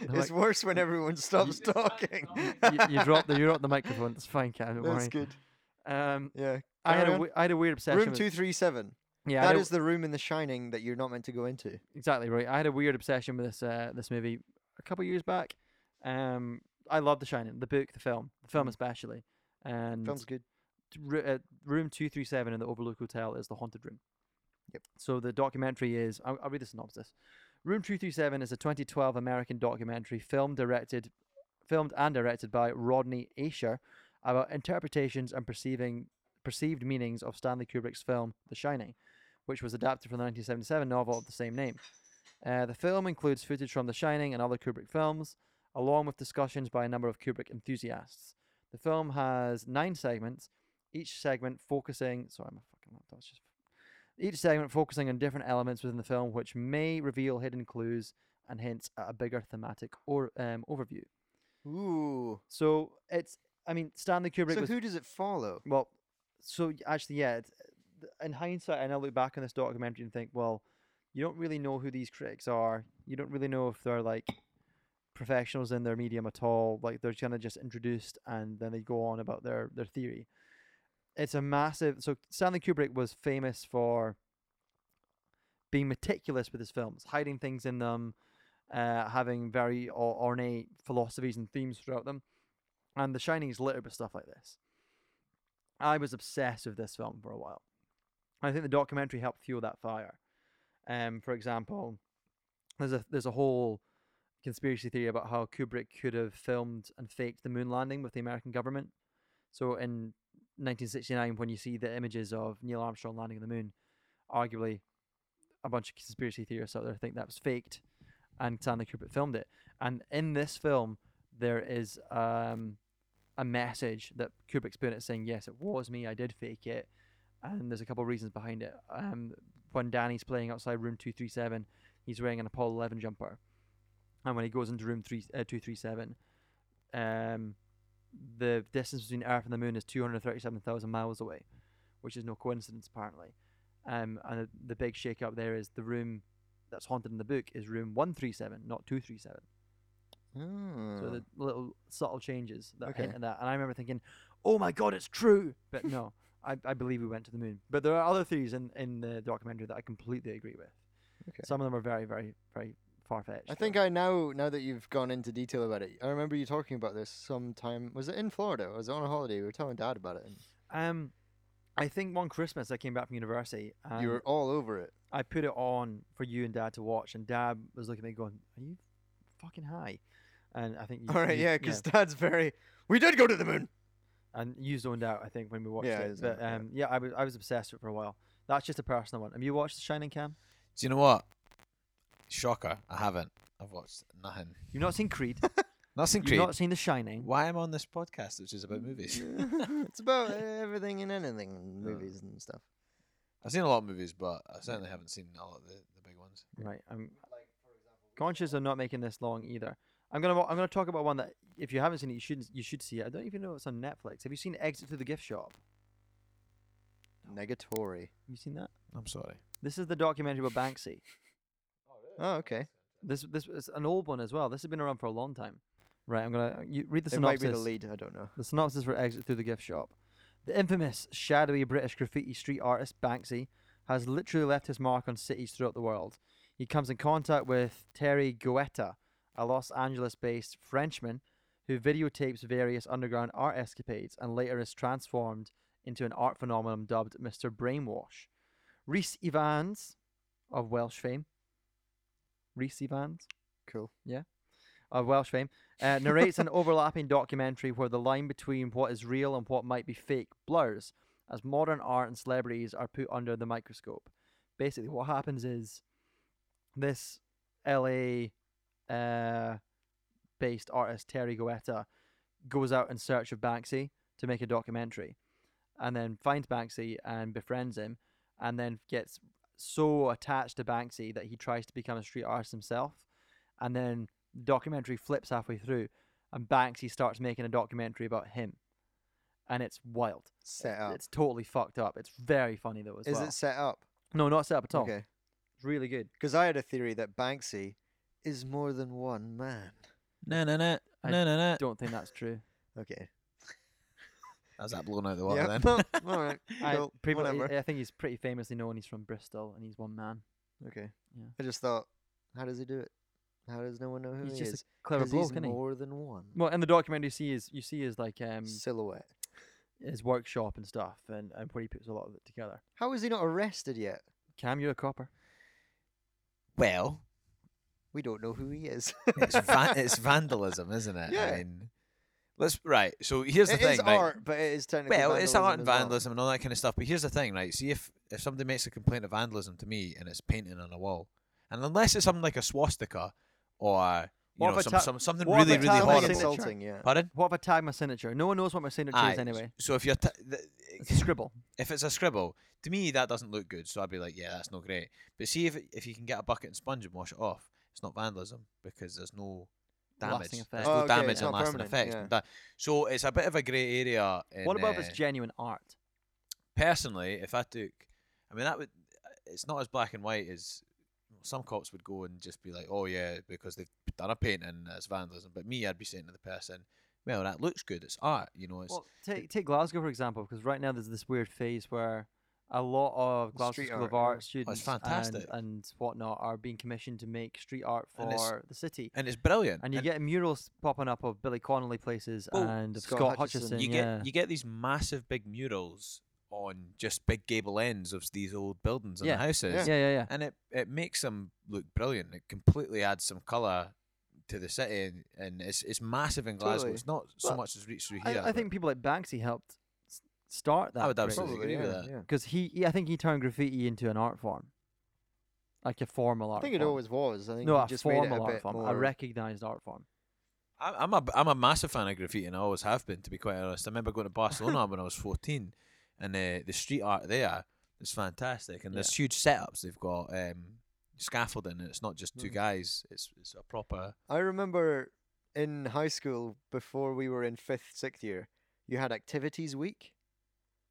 I'm
It's
like-
worse when everyone stops talking.
you, you dropped the you dropped the microphone. That's fine, Cam. Don't
That's
worry.
good.
Um,
Yeah.
I had
Carry
a
on.
we- I had a weird obsession.
room
with,
two three seven.
yeah, I
that
had a-
is the room in The Shining that you're not meant to go into.
exactly right. I had a weird obsession with this uh, this movie a couple years back. Um, I love The Shining, the book, the film, the film
Mm.
especially, and
Film's good.
t- ru- uh, room 237 in the Overlook Hotel is the haunted room.
Yep.
So the documentary is, I'll, I'll read the synopsis. Room 237 is a 2012 American documentary film directed, filmed and directed by Rodney Asher about interpretations and perceiving perceived meanings of Stanley Kubrick's film The Shining, which was adapted from the 1977 novel of the same name. Uh, the film includes footage from The Shining and other Kubrick films, along with discussions by a number of Kubrick enthusiasts. The film has nine segments, each segment focusing. Sorry, my fucking laptop's just. Each segment focusing on different elements within the film, which may reveal hidden clues and hints at a bigger thematic or um, overview.
Ooh.
So it's, I mean, Stanley Kubrick
So
was
who does it follow?
well, so y- actually, yeah. It's, th- in hindsight, and I look back on this documentary and think, well, you don't really know who these critics are. You don't really know if they're like professionals in their medium at all. Like they're kind of just introduced and then they go on about their their theory. It's a massive. So Stanley Kubrick was famous for being meticulous with his films, hiding things in them, uh, having very or- ornate philosophies and themes throughout them. And The Shining is littered with stuff like this. I was obsessed with this film for a while. I think the documentary helped fuel that fire. Um, for example, there's a there's a whole conspiracy theory about how Kubrick could have filmed and faked the moon landing with the American government. So in 1969, when you see the images of Neil Armstrong landing on the moon, arguably a bunch of conspiracy theorists out there think that was faked, and Stanley Kubrick filmed it. And in this film, there is um, a message that Kubrick's putting it saying, yes, it was me, I did fake it. And there's a couple of reasons behind it. Um, when Danny's playing outside room 237, he's wearing an Apollo 11 jumper. And when he goes into room three, uh, 237, um, the distance between Earth and the moon is 237,000 miles away, which is no coincidence, apparently. Um, and the- the big shake up there is the room that's haunted in the book is room 137, not 237.
Hmm.
So the little subtle changes that
Mm. Okay.
hint at that. And I remember thinking, oh my God, it's true. But no, I, I believe we went to the moon. But there are other theories in, in the documentary that I completely agree with.
Okay.
Some of them are very, very, very far fetched.
I think I now now that you've gone into detail about it, I remember you talking about this sometime. Was it in Florida? I was on a holiday. We were telling Dad about it. And
Um, I think one Christmas I came back from university and
you were all over it.
I put it on for you and Dad to watch, and Dad was looking at me going, "Are you fucking high?" And I think you,
All right,
you-
yeah, because Dad's very. We did go to the moon.
and you zoned out. I think when we watched
Yeah, I
it,
zoned
but
out, yeah.
um, yeah, I was I was obsessed with it for a while. That's just a personal one. Have you watched The Shining Cam?
Do you know what? Shocker, I haven't. I've watched nothing.
You've not seen Creed.
Nothing
You've
Creed.
not seen The Shining.
Why I'm on this podcast, which is about movies.
it's about everything and anything, and
Yeah.
movies and stuff.
I've seen a lot of movies, but I certainly haven't seen a lot of the, the big ones.
Right. I'm conscious of not making this long either. I'm gonna wa- I'm gonna talk about one that if you haven't seen it, you shouldn't you should see it. I don't even know it's on Netflix. Have you seen Exit to the Gift Shop? Have
Negatory.
you seen that?
I'm sorry.
This is the documentary about Banksy.
Oh, okay.
This this is an old one as well. This has been around for a long time. Right. I'm gonna you read the
it might
synopsis.
be the lead. I don't know.
The synopsis for Exit Through the Gift Shop. The infamous, shadowy British graffiti street artist Banksy has literally left his mark on cities throughout the world. He comes in contact with Terry Goetta, a Los Angeles based Frenchman who videotapes various underground art escapades and later is transformed into an art phenomenon dubbed Mr. Brainwash. Rhys Evans, of Welsh fame. Rhys Evans?
Cool.
of Welsh fame, uh, narrates an overlapping documentary where the line between what is real and what might be fake blurs as modern art and celebrities are put under the microscope. Basically, what happens is this LA uh, based artist, Terry Goetta, goes out in search of Banksy to make a documentary and then finds Banksy and befriends him and then gets so attached to Banksy that he tries to become a street artist himself. And then documentary flips halfway through and Banksy starts making a documentary about him. And it's wild.
Set up.
It's totally fucked up. It's very funny though as
Is
well.
it set up?
No, not set up at all.
Okay.
It's really good.
Because I had a theory that Banksy is more than one man.
No, no, no,
I
no, no, no.
Don't think that's true.
Okay.
How's that blown out the water
Yeah.
then?
No, all right.
I,
Cool.
pretty much-
Whatever.
I think he's pretty famously known. He's from Bristol and he's one man.
Okay.
Yeah.
I just thought, how does he do it? How does no one know who
He's
he
just
is?
a clever
'Cause he's
bloke, isn't he?
more than one
Well, in the documentary, you see his you see his like um
silhouette.
his workshop and stuff, and, and where he puts a lot of it together.
How is he not arrested yet?
Cam, you're a copper.
Well,
We don't know who he is.
it's van- it's vandalism, isn't it?
Yeah.
I mean, let's right. So here's the
It
thing,
is
right?
art, but it is technically
Well, it's art and
as well.
vandalism and all that kind of stuff. But here's the thing, right? See, if if somebody makes a complaint of vandalism to me and it's painting on a wall, and unless it's something like a swastika or
What
you know
if I
some,
ta-
some, something
what if
really
I
really
ta-
Sounds
Something
horrible,
signature?
insulting, yeah.
pardon?
What if I tag my signature? No one knows what my signature
Aye,
is anyway.
So if you're ta- th-
It's a scribble.
if it's a scribble, to me that doesn't look good. So I'd be like, yeah, that's not great. But see if if you can get a bucket and sponge and wash it off, it's not vandalism because there's no damage.
Lasting effect.
There's
Oh,
no
okay,
damage
it's
and
not
lasting
permanent,
effects.
yeah.
That- So it's a bit of a grey area. In,
What about if
uh,
it's genuine art?
personally, if I took, I mean, that would, it's not as black and white as some cops would go and just be like, oh yeah, because they've done a painting, that's vandalism. But me, I'd be saying to the person, well, that looks good, it's art, you know, it's
Well, take take Glasgow for example, because right now there's this weird phase where a lot of Glasgow
Street
School of
art, yeah.
Art students and,
fantastic.
and whatnot are being commissioned to make street art
And it's-
for the city.
and it's brilliant.
And you get murals popping up of Billy Connolly places
Well,
and of
Scott
Scott,
Hutchison.
Hutchison.
you
yeah.
get you get these massive big murals on just big gable ends of these old buildings and
Yeah,
houses,
yeah, yeah, yeah.
and it it makes them look brilliant. It completely adds some color. To the city, and, and it's it's massive in Glasgow.
Totally.
It's not so
Well,
much as reached through here.
I, I
but-
think people like Banksy helped s- start that.
I would absolutely
Probably,
agree with
yeah,
that.
yeah.
Because he, he, I think he turned graffiti into an art form, like a formal art.
I think it
form.
always was. I think
no,
he
a
just made it a
formal
bit
art form, a
more.
recognized art form.
I- I'm a I'm a massive fan of graffiti, and I always have been. To be quite honest, I remember going to Barcelona when I was 14, and uh, the street art there is fantastic. And there's huge setups. They've got um, scaffolding, and it's not just two
Mm.
guys. It's it's a proper.
I remember in high school before we were in fifth, sixth year, you had activities week.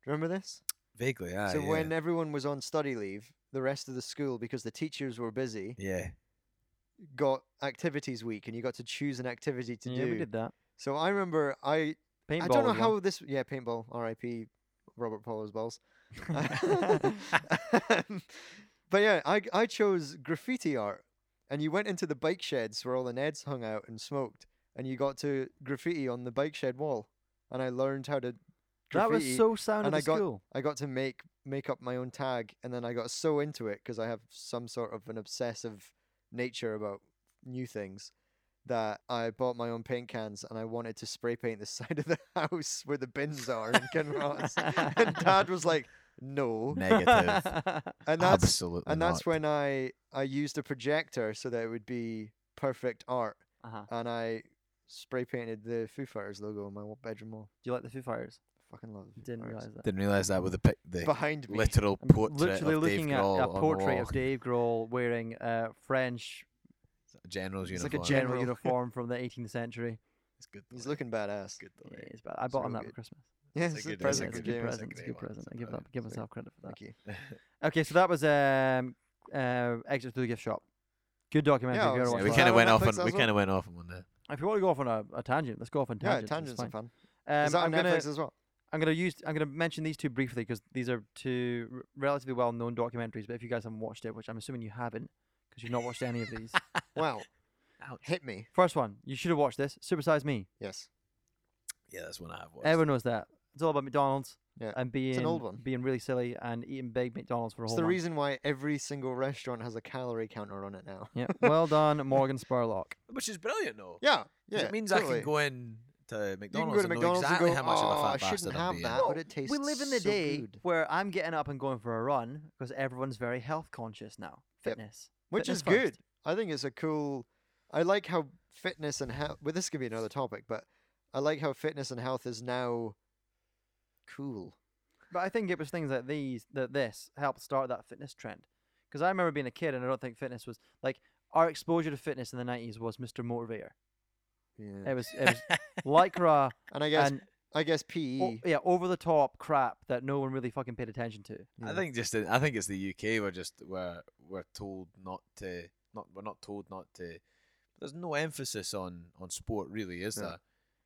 Do you remember this?
Vaguely,
Ah,
yeah.
so when everyone was on study leave, the rest of the school, because the teachers were busy,
yeah,
got activities week, and you got to choose an activity to
yeah,
do.
we did that.
So I remember I
Paintball.
I don't know
was one.
how this yeah paintball R.I.P. Robert Paul's balls. Um, but yeah, I I chose graffiti art, and you went into the bike sheds where all the Neds hung out and smoked, and you got to graffiti on the bike shed wall, and I learned how to.
that
Graffiti.
was so sound
and
at
I
the
got-
school.
I got to make make up my own tag, and then I got so into it because I have some sort of an obsessive nature about new things that I bought my own paint cans and I wanted to spray paint the side of the house where the bins are in
Oh,
Kinross. and Dad was like, "No,"
negative.
and that's
Absolutely,
and that's
not.
when I I used a projector so that it would be perfect art,
uh-huh.
and I spray painted the Foo Fighters logo on my wa- bedroom wall.
Do you like the Foo Fighters?
Fucking love. the Foo
Didn't
Fighters.
realize that.
Didn't realize that with the pic, the
Behind me.
literal
I'm
portrait
literally
of
looking
Dave
at
Grohl
a
on the
portrait
wall.
of Dave Grohl wearing a French
General's
It's
uniform.
like a
general
General.
uniform from the 18th century.
It's good.
He's
though,
looking badass.
It's good. Though,
Yeah,
eh?
it's bad. I
It's
bought
real
him that
good.
for Christmas.
Yeah,
It's
it's
a
a
good- it's
Yeah,
present
it's
for
a good
one,
James.
it's
present. It's a
a
good
great one,
present.
it's a
I give
great
that. Give
Thank
myself credit for that.
Thank you.
Okay, so that was um uh exit through the gift shop. Good documentary.
Yeah,
if you ever
obviously.
Yeah,
want
we
to
Is
watch
kind
that
of
on
went off
Netflix
on we
as well?
kind of went off on one there.
it. If you want to go off on a, a tangent, let's go off on
Yeah,
tangents. it's
tangents are
fine.
fun.
Um,
Is that
I'm
on
gonna
Netflix as well?
I'm gonna use I'm gonna mention these two briefly because these are two r- relatively well known documentaries. But if you guys haven't watched it, which I'm assuming you haven't, because you've not watched any of these.
Wow.
Ouch.
Hit me.
First one, you should have watched this. Supersize Me.
Yes.
Yeah, that's one I have watched.
Everyone knows that. It's all about McDonald's
Yeah,
and being
old one.
being really silly and eating big McDonald's for a
It's
whole
the
month.
reason why every single restaurant has a calorie counter on it now.
Yeah. Well done, Morgan Spurlock.
Which is brilliant though.
Yeah.
'cause
Yeah.
it means I
totally.
can go in to McDonald's
You can go to
and know
McDonald's
exactly
and go,
how much
oh,
of a fat
I
bastard
shouldn't
I'm
have
being."
that, but it tastes
we live in the
so
day
good.
where I'm getting up and going for a run because everyone's very health conscious now.
Yep.
Fitness.
Which
Fitness
is
first.
good. I think it's a cool. I like how fitness and health. Well, this could be another topic, but I like how fitness and health is now cool.
But I think it was things like these that this helped start that fitness trend. Because I remember being a kid and I don't think fitness was like our exposure to fitness in the nineties was Mr. Motivator.
Yeah.
It was it was lycra
And I guess
and
I guess E, PE.
o- yeah over the top crap that no one really fucking paid attention to.
I think just in, I think it's the UK. We're just we're we're told not to not we're not told not to. There's no emphasis on on sport really, is
No.
there?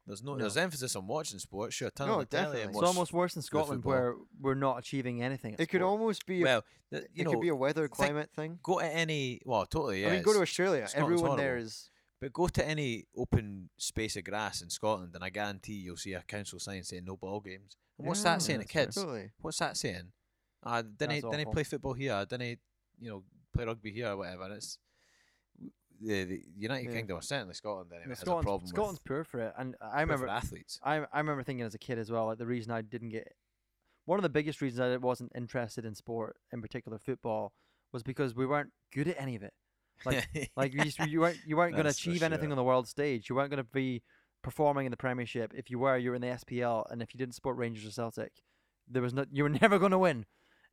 There's no,
No.
there's emphasis on watching sport. Sure, turn
No,
on the telly and
definitely.
It's
watch.
almost worse than Scotland
football.
where we're not achieving anything. at
it could
sport.
almost be. A,
well, th- you
it
know,
could be a weather
think-
climate thing.
go to any well, totally. Yeah,
I mean, go to
it's-
Australia.
Scotland's
Everyone there
horrible.
is.
but go to any open space of grass in Scotland, and I guarantee you'll see a council sign saying no ball games. And what's
Yeah,
that saying to
that's fair.
kids?
Totally.
What's that saying? Uh, didn't he,
That's
didn't he
awful.
play football here? Didn't he, you know, play rugby here or whatever? And it's the, the United
Yeah.
Kingdom or certainly Scotland anyway
Yeah,
has a
Scotland's,
problem
Scotland's
with,
poor for it, and I
with
remember
athletes.
I, I remember thinking as a kid as well, like the reason I didn't get one of the biggest reasons I wasn't interested in sport, in particular football, was because we weren't good at any of it. Like you, just, you weren't you weren't going to
That's for
achieve anything
sure.
on the world stage. You weren't going to be performing in the Premiership. If you were, you were in the SPL, and if you didn't support Rangers or Celtic, there was no you were never going to win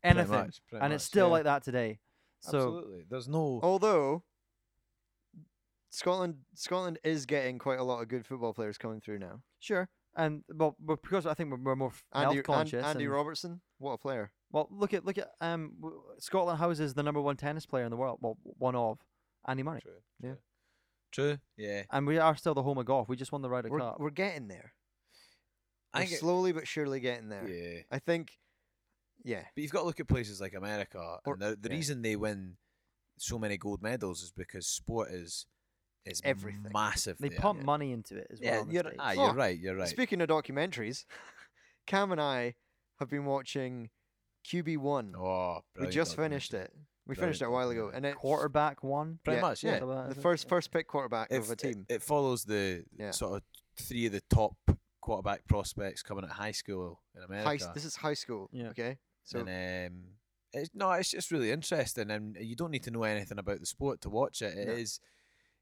Pretty
anything.
much, pretty
and it's
much,
still
yeah.
like that today. So Oh,
absolutely. There's no
Although Scotland, Scotland is getting quite a lot of good football players coming through now.
sure, and well, but because I think we're, we're more f-
Andy,
health
An-
conscious.
Andy
and-
Robertson, what a player!
Well, look at look at um w- Scotland houses the number one tennis player in the world. Well, one of Andy Murray,
true,
Yeah.
true. Yeah,
and we are still the home of golf. We just won the Ryder
We're,
Cup.
we're getting there.
I
We're
think it-
slowly but surely getting there.
yeah.
I think, yeah,
But you've got to look at places like America,
Or-
and the, the
yeah.
reason they win so many gold medals is because sport is is
Everything.
massive.
they
there.
pump money into it as well.
Yeah,
in the
you're,
States.
ah,
Oh,
you're right. You're right.
Speaking of documentaries, Cam and I have been watching QB One.
oh,
we
brilliant
just finished
documentary.
it. We
Brilliant
finished it a while ago,
documentary.
and it
quarterback one.
Pretty
yeah,
much, yeah.
yeah,
Something like
the
that,
first
yeah.
first pick quarterback
It
of a
f-
team.
It, it follows the
Yeah.
sort of three of the top quarterback prospects coming at high school in America.
High, s- this is high school.
Yeah.
Okay, so
and, um, it's no, it's just really interesting, and you don't need to know anything about the sport to watch it. It
No.
is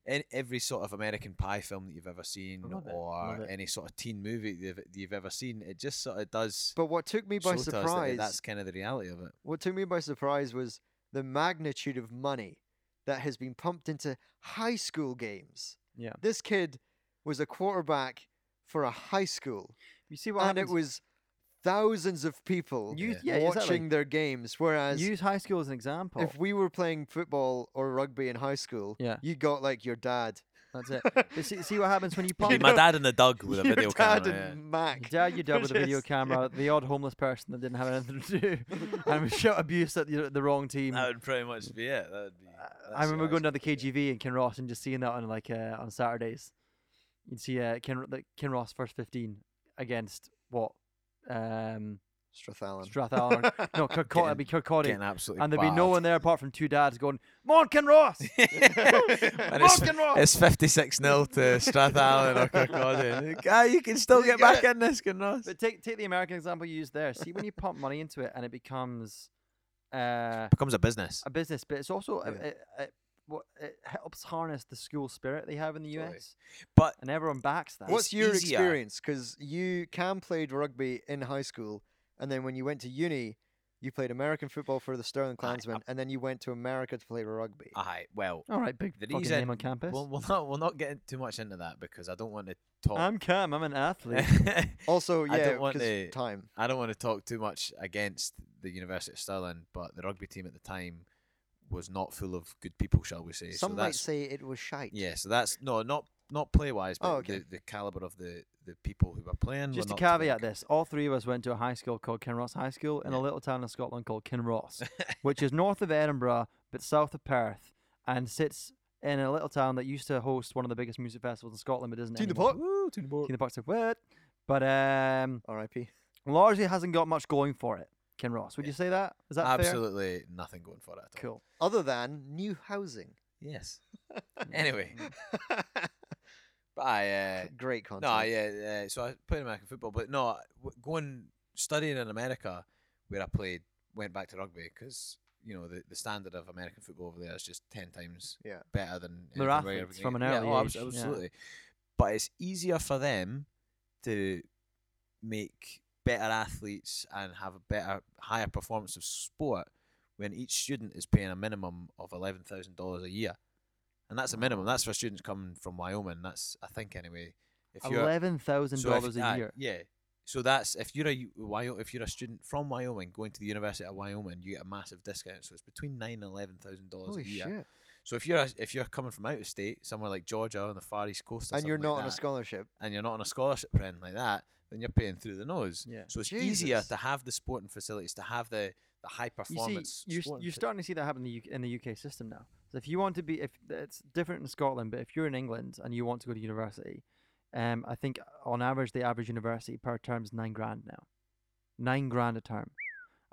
in every sort of American Pie film that you've ever seen,
love it, love
or
it.
any sort of teen movie that you've, that you've ever seen. It just sort of does
but what took me by
show to us that
surprise
that's kind of the reality of it.
What took me by surprise was the magnitude of money that has been pumped into high school games.
Yeah.
This kid was a quarterback for a high school,
You see what
and it
happens?
was thousands of people
Use-
Yeah.
yeah,
watching
exactly.
their games. Whereas
Use high school as an example.
if we were playing football or rugby in high school,
Yeah.
you got like your dad,
That's it. But see, see what happens when you pump.
my know,
dad and the dog
your dad and Mac.
Your dad, your dad with a video
Just-
camera, the odd homeless person that didn't have anything to do, and we shot abuse at the, the wrong team.
would pretty much be it. That would be.
I remember going down the KGV in Kinross and just seeing that on like uh, on Saturdays. You'd see uh, Kin the Kinross first fifteen against what um,
Strathallan.
Strathallan? or- no, Kirkcaldy. It'd be Kirkcaldy,
Getting absolutely
and there'd be no
battered.
one there apart from two dads going, "Morn Kinross,
And
Morn
it's,
Kinross."
it's 56 0 to Strathallan or Kirkcaldy. Guy, you can still
You
get
got
back in this, can Ross.
But take take the American example you used there. See when you pump money into it and it becomes uh,
becomes a business.
a business, but it's also a-
Yeah.
a- a- what it helps harness the school spirit they have in the
Totally.
US,
But
and everyone backs that.
What-
What's your
easier.
experience? 'Cause experience? Because you Cam played rugby in high school, and then when you went to uni, you played American football for the Sterling Klansmen, and then you went to America to play rugby.
aye, well,
All right, big
The
fucking
reason-
name on campus.
we'll, we'll not we'll not get in too much into that because I don't want to talk.
I'm Cam. I'm an athlete.
also,
I
yeah,
don't want
'cause
to-
time.
I don't want to talk too much against the University of Stirling, but the rugby team at the time was not full of good people, shall we say?
Some
so
might
that's
say it was shite.
yeah. So that's no, not not play wise, but
Oh, okay.
the, the caliber of the the people who were playing.
Just
were
to
not to the
caveat
rec-
this, all three of us went to a high school called Kinross High School in a
Yeah.
little town in Scotland called Kinross, which is north of Edinburgh but south of Perth, and sits in a little town that used to host one of the biggest music festivals in Scotland but doesn't
Tune the
anymore.
pot.
Woo, to the board.
Teen the Puck said, "What?" But um,
R.I.P.
largely hasn't got much going for it. Ken Ross, would
Yeah.
you say that? Is that fair?
Absolutely nothing going for it at all.
Cool.
Other than new housing.
Yes. anyway,
Mm.
but I uh,
Great content.
No, yeah, uh, so I played American football, but no, w- going studying in America, where I played, went back to rugby because you know the, the standard of American football over there is just ten times
Yeah.
better than
They're
anything we're ever
athletes
gonna
from
get.
an
yeah,
early
oh,
age,
abs-
yeah.
absolutely. But it's easier for them to make better athletes and have a better, higher performance of sport when each student is paying a minimum of eleven thousand dollars a year. And that's a minimum. That's for students coming from Wyoming. That's I think anyway. If you're
Eleven thousand
so if-
dollars
aye,
a year.
Yeah. So that's if you're a Wyoming, if you're a student from Wyoming going to the University of Wyoming, you get a massive discount. So it's between nine and eleven thousand dollars a
Holy
year.
shit.
So if you're a, if you're coming from out of state, somewhere like Georgia on the far east coast, or
And you're
something
not
like
on a
that,
scholarship.
and you're not on a scholarship or anything like that, then you're paying through the nose.
Yeah.
So it's easier
Jesus.
to have the sporting facilities, to have the the high
You
performance.
see, you're,
sporting
you're
fa-
starting to see that happen in the, UK, in the UK system now. So if you want to be, if it's different in Scotland, but if you're in England and you want to go to university, um, I think on average the average university per term is nine grand now, nine grand a term,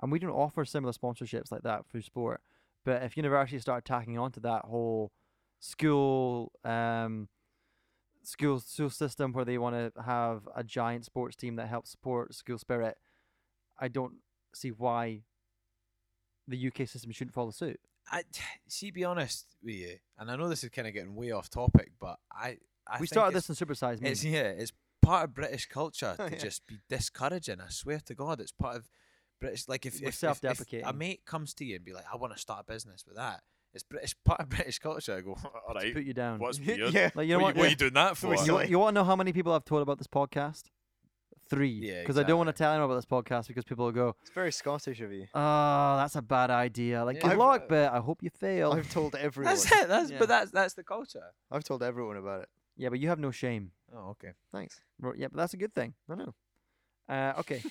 and we don't offer similar sponsorships like that through sport. But if universities start tacking onto that whole school um, school school system where they want to have a giant sports team that helps support school spirit, I don't see why the UK system shouldn't follow suit.
I see. Be honest with you, and I know this is kind of getting way off topic, but I, I
we
think
started
it's-
this in Supersize Me.
It's yeah, it's part of British culture
Oh,
to
yeah.
just be discouraging. I swear to God, it's part of British. Like if, if-
We're
if- if a
self-deprecating.
mate comes to you and be like, "I want to start a business with that," it's British part of British culture. I go, all
to
right,
put you down.
what's
Yeah.
weird?
Like you know what?
what, you- what are you doing that for?
You,
we silly?
want to know how many people I've told about this podcast? Three.
Yeah,
Because I don't want to
exactly.
tell anyone about this podcast because people will go,
It's very Scottish of you.
"Oh, that's a bad idea." Like,
Yeah. uh,
good
I've-
luck, but I hope you fail.
I've told everyone.
That's it. That's
Yeah.
but that's that's the culture.
I've told everyone about it.
yeah, but you have no shame.
Oh, okay.
Thanks.
Ro- Yeah, but that's a good thing.
I know.
Uh, okay.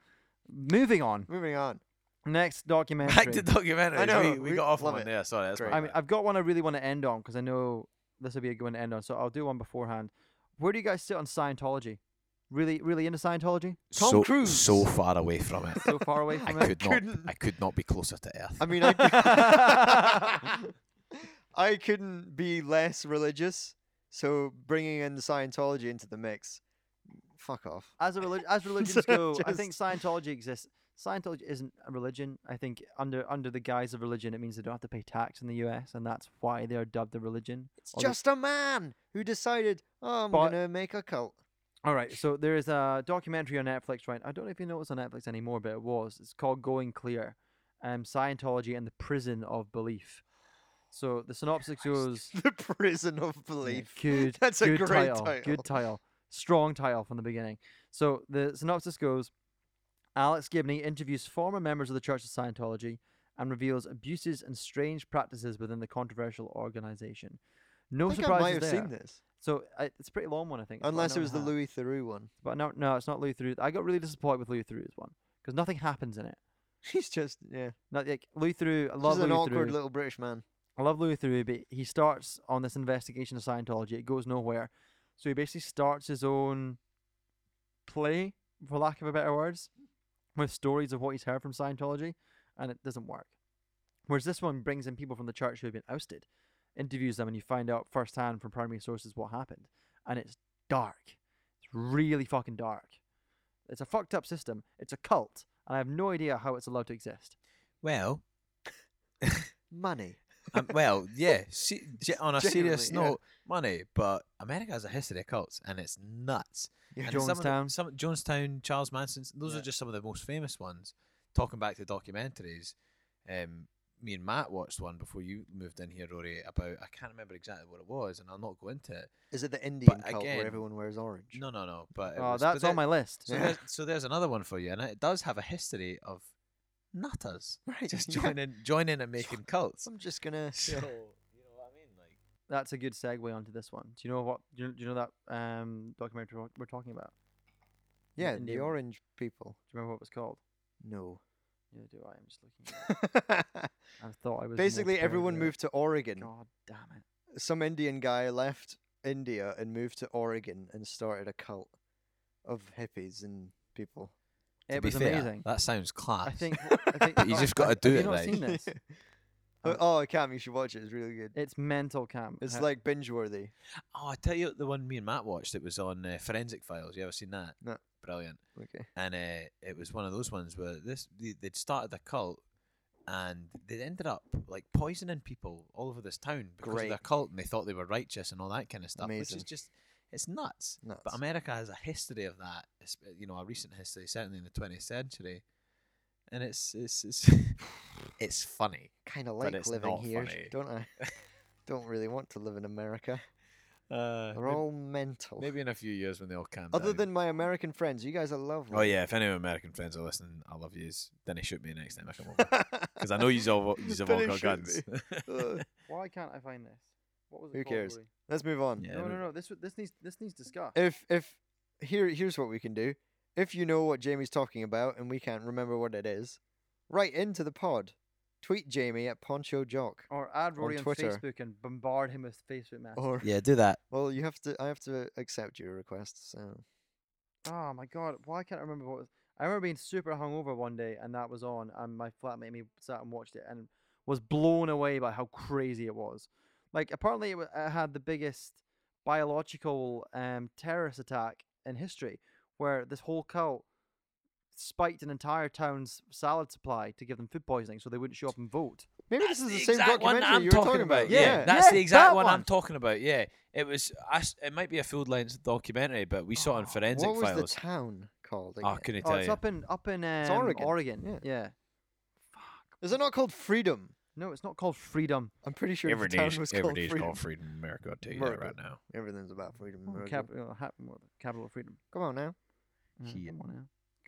Moving on.
Moving on.
Next documentary.
Back to documentaries.
I know,
we, we
we
got off
love
one
it.
there. Sorry, that's
Great.
my
I mean,
bad.
I've got one I really want to end on because I know this will be a good one to end on. So I'll do one beforehand. Where do you guys sit on Scientology? Really, really into Scientology?
Tom
so,
Cruise.
so far away from it.
So far away
I
from it.
could not.
couldn't.
I could not be closer to Earth.
I mean, I, I couldn't be less religious, so bringing in Scientology into the mix, fuck off.
As a relig- as religions
So
go, I think
just-
Scientology exists. Scientology isn't a religion. I think under under the guise of religion, it means they don't have to pay tax in the U.S. and that's why they are dubbed a religion.
It's
Although-
just a man who decided, oh, I'm
But-
gonna make a cult.
All right, so there is a documentary on Netflix, right? I don't know if you know it's on Netflix anymore, but it was. It's called Going Clear, um, Scientology and the Prison of Belief. So the synopsis goes.
The prison of
Yeah,
belief.
Good.
That's a
good
great
title,
title.
Good title. Strong title from the beginning. So the synopsis goes: Alex Gibney interviews former members of the Church of Scientology and reveals abuses and strange practices within the controversial organization. No
I think I
surprises
might have
there.
seen this,
So uh, it's a pretty long one, I think. It's about an
unless
hour
it was
and a
the
half.
Louis Theroux one.
But no, no, it's not Louis Theroux. I got really disappointed with Louis Theroux's one because nothing happens in it.
He's just yeah,
Not like Louis Theroux. I love
just an
Louis
awkward
Theroux.
little British man.
I love Louis Theroux, but he starts on this investigation of Scientology. It goes nowhere. So he basically starts his own play, for lack of a better words, with stories of what he's heard from Scientology, and it doesn't work. Whereas this one brings in people from the church who have been ousted, interviews them, and you find out firsthand from primary sources what happened. And it's dark. It's really fucking dark. It's a fucked up system. It's a cult, and I have no idea how it's allowed to exist.
well,
Money.
Um, well, yeah. Se- ge- on a serious
Genuinely, yeah.
note, money, but America has a history of cults, and it's nuts.
Yeah.
And some of the-
Jonestown.
some Jonestown, Charles Manson's. Those
Yeah.
are just some of the most famous ones. Talking back to documentaries, um, me and Matt watched one before you moved in here, Rory. About I can't remember exactly what it was, and I'll not go into it.
Is it the Indian cult
again-
where everyone wears orange?
No, no, no. But it
Oh,
was- but
that's on
that-
my list.
So, there's, so there's another one for you, and it does have a history of nutters
Right.
just
yeah.
joining, joining, and making cults.
I'm just gonna.
So you know what I mean, like.
That's a good segue onto this one. Do you know what? Do you, do you know that um, documentary we're- we're talking about?
Yeah, the
Indian-
orange people.
Do you remember what it was called?
No.
Yeah, do I? I'm just looking. at it. I thought I was. more
Basically,
prepared
everyone
than I-
moved to Oregon.
God damn it!
Some Indian guy left India and moved to Oregon and started a cult of hippies and people.
To
it
be
was
fair,
amazing.
That sounds class.
I think. I think
But you
oh,
just gotta
have-
do
have
it,
You not
like-
seen this?
oh, oh, Cam, you should watch it. It's really good.
It's mental, Cam. Uh,
It's
Ha-
like binge worthy.
Oh, I tell you the one me and Matt watched. It was on uh, Forensic Files. You ever seen that?
No.
Brilliant.
Okay.
And uh, it was one of those ones where this they, they'd started a cult, and they ended up like poisoning people all over this town because of their
Great.
cult, and they thought they were righteous and all that kind of stuff, which
Amazing.
is just it's nuts.
Nuts.
But America has a history of that, it's, uh, you know, a recent history, certainly in the 20th century, and it's it's it's, it's funny.
kind of
but
like
it's
living
not
here,
funny.
don't I? Don't really want to live in America.
Uh,
They're all mental.
maybe in a few years when they all calm
Other
down.
than my American friends, you guys are lovely.
Oh yeah, if any of my American friends are listening, I love yous. Then shoot me next time I come over because I know yous all yous have all
Then
got
shoot
guns.
Uh,
Why can't I find this? What was it
Who
called,
cares? Oh,
Rory?
Let's move on.
Yeah,
no,
but-
no, no. This this needs this needs discussed.
If if here here's what we can do. If you know what Jamie's talking about and we can't remember what it is, write into the pod. Tweet Jamie at Poncho Jock.
or add Rory on,
Twitter.
Facebook and bombard him with Facebook messages.
Or
Yeah, do that.
well, you have to. I have to accept your request. So
Oh my god, why can't I remember what was I remember being super hungover one day and that was on and my flatmate and me sat and watched it and was blown away by how crazy it was. Like apparently it, wa- it had the biggest biological um, terrorist attack in history where this whole cult spiked an entire town's salad supply to give them food poisoning so they wouldn't show up and vote.
maybe
That's
this is the,
the
same
exact one
documentary
I'm
you were
talking
talking
about.
about.
Yeah,
Yeah,
that's
yeah,
the exact
that
one,
one.
I'm talking about. Yeah, it was. I s it might be a full length documentary, but we saw it in
Oh,
forensic
what was the
files. Ah,
town called?
I
again?
couldn't
oh,
tell
it's
you.
up in up in um,
Oregon.
Oregon.
Yeah.
yeah.
Is it not called Freedom?
No, it's not called freedom.
I'm pretty sure
Every
the town
day's
was
every
called
day's
Freedom.
called freedom in America. I'll tell you
America.
that right now.
Everything's about freedom.
Oh,
America.
cap- uh, hap- what- capital of freedom.
Come on now.
Yeah,
Shit.
come on now.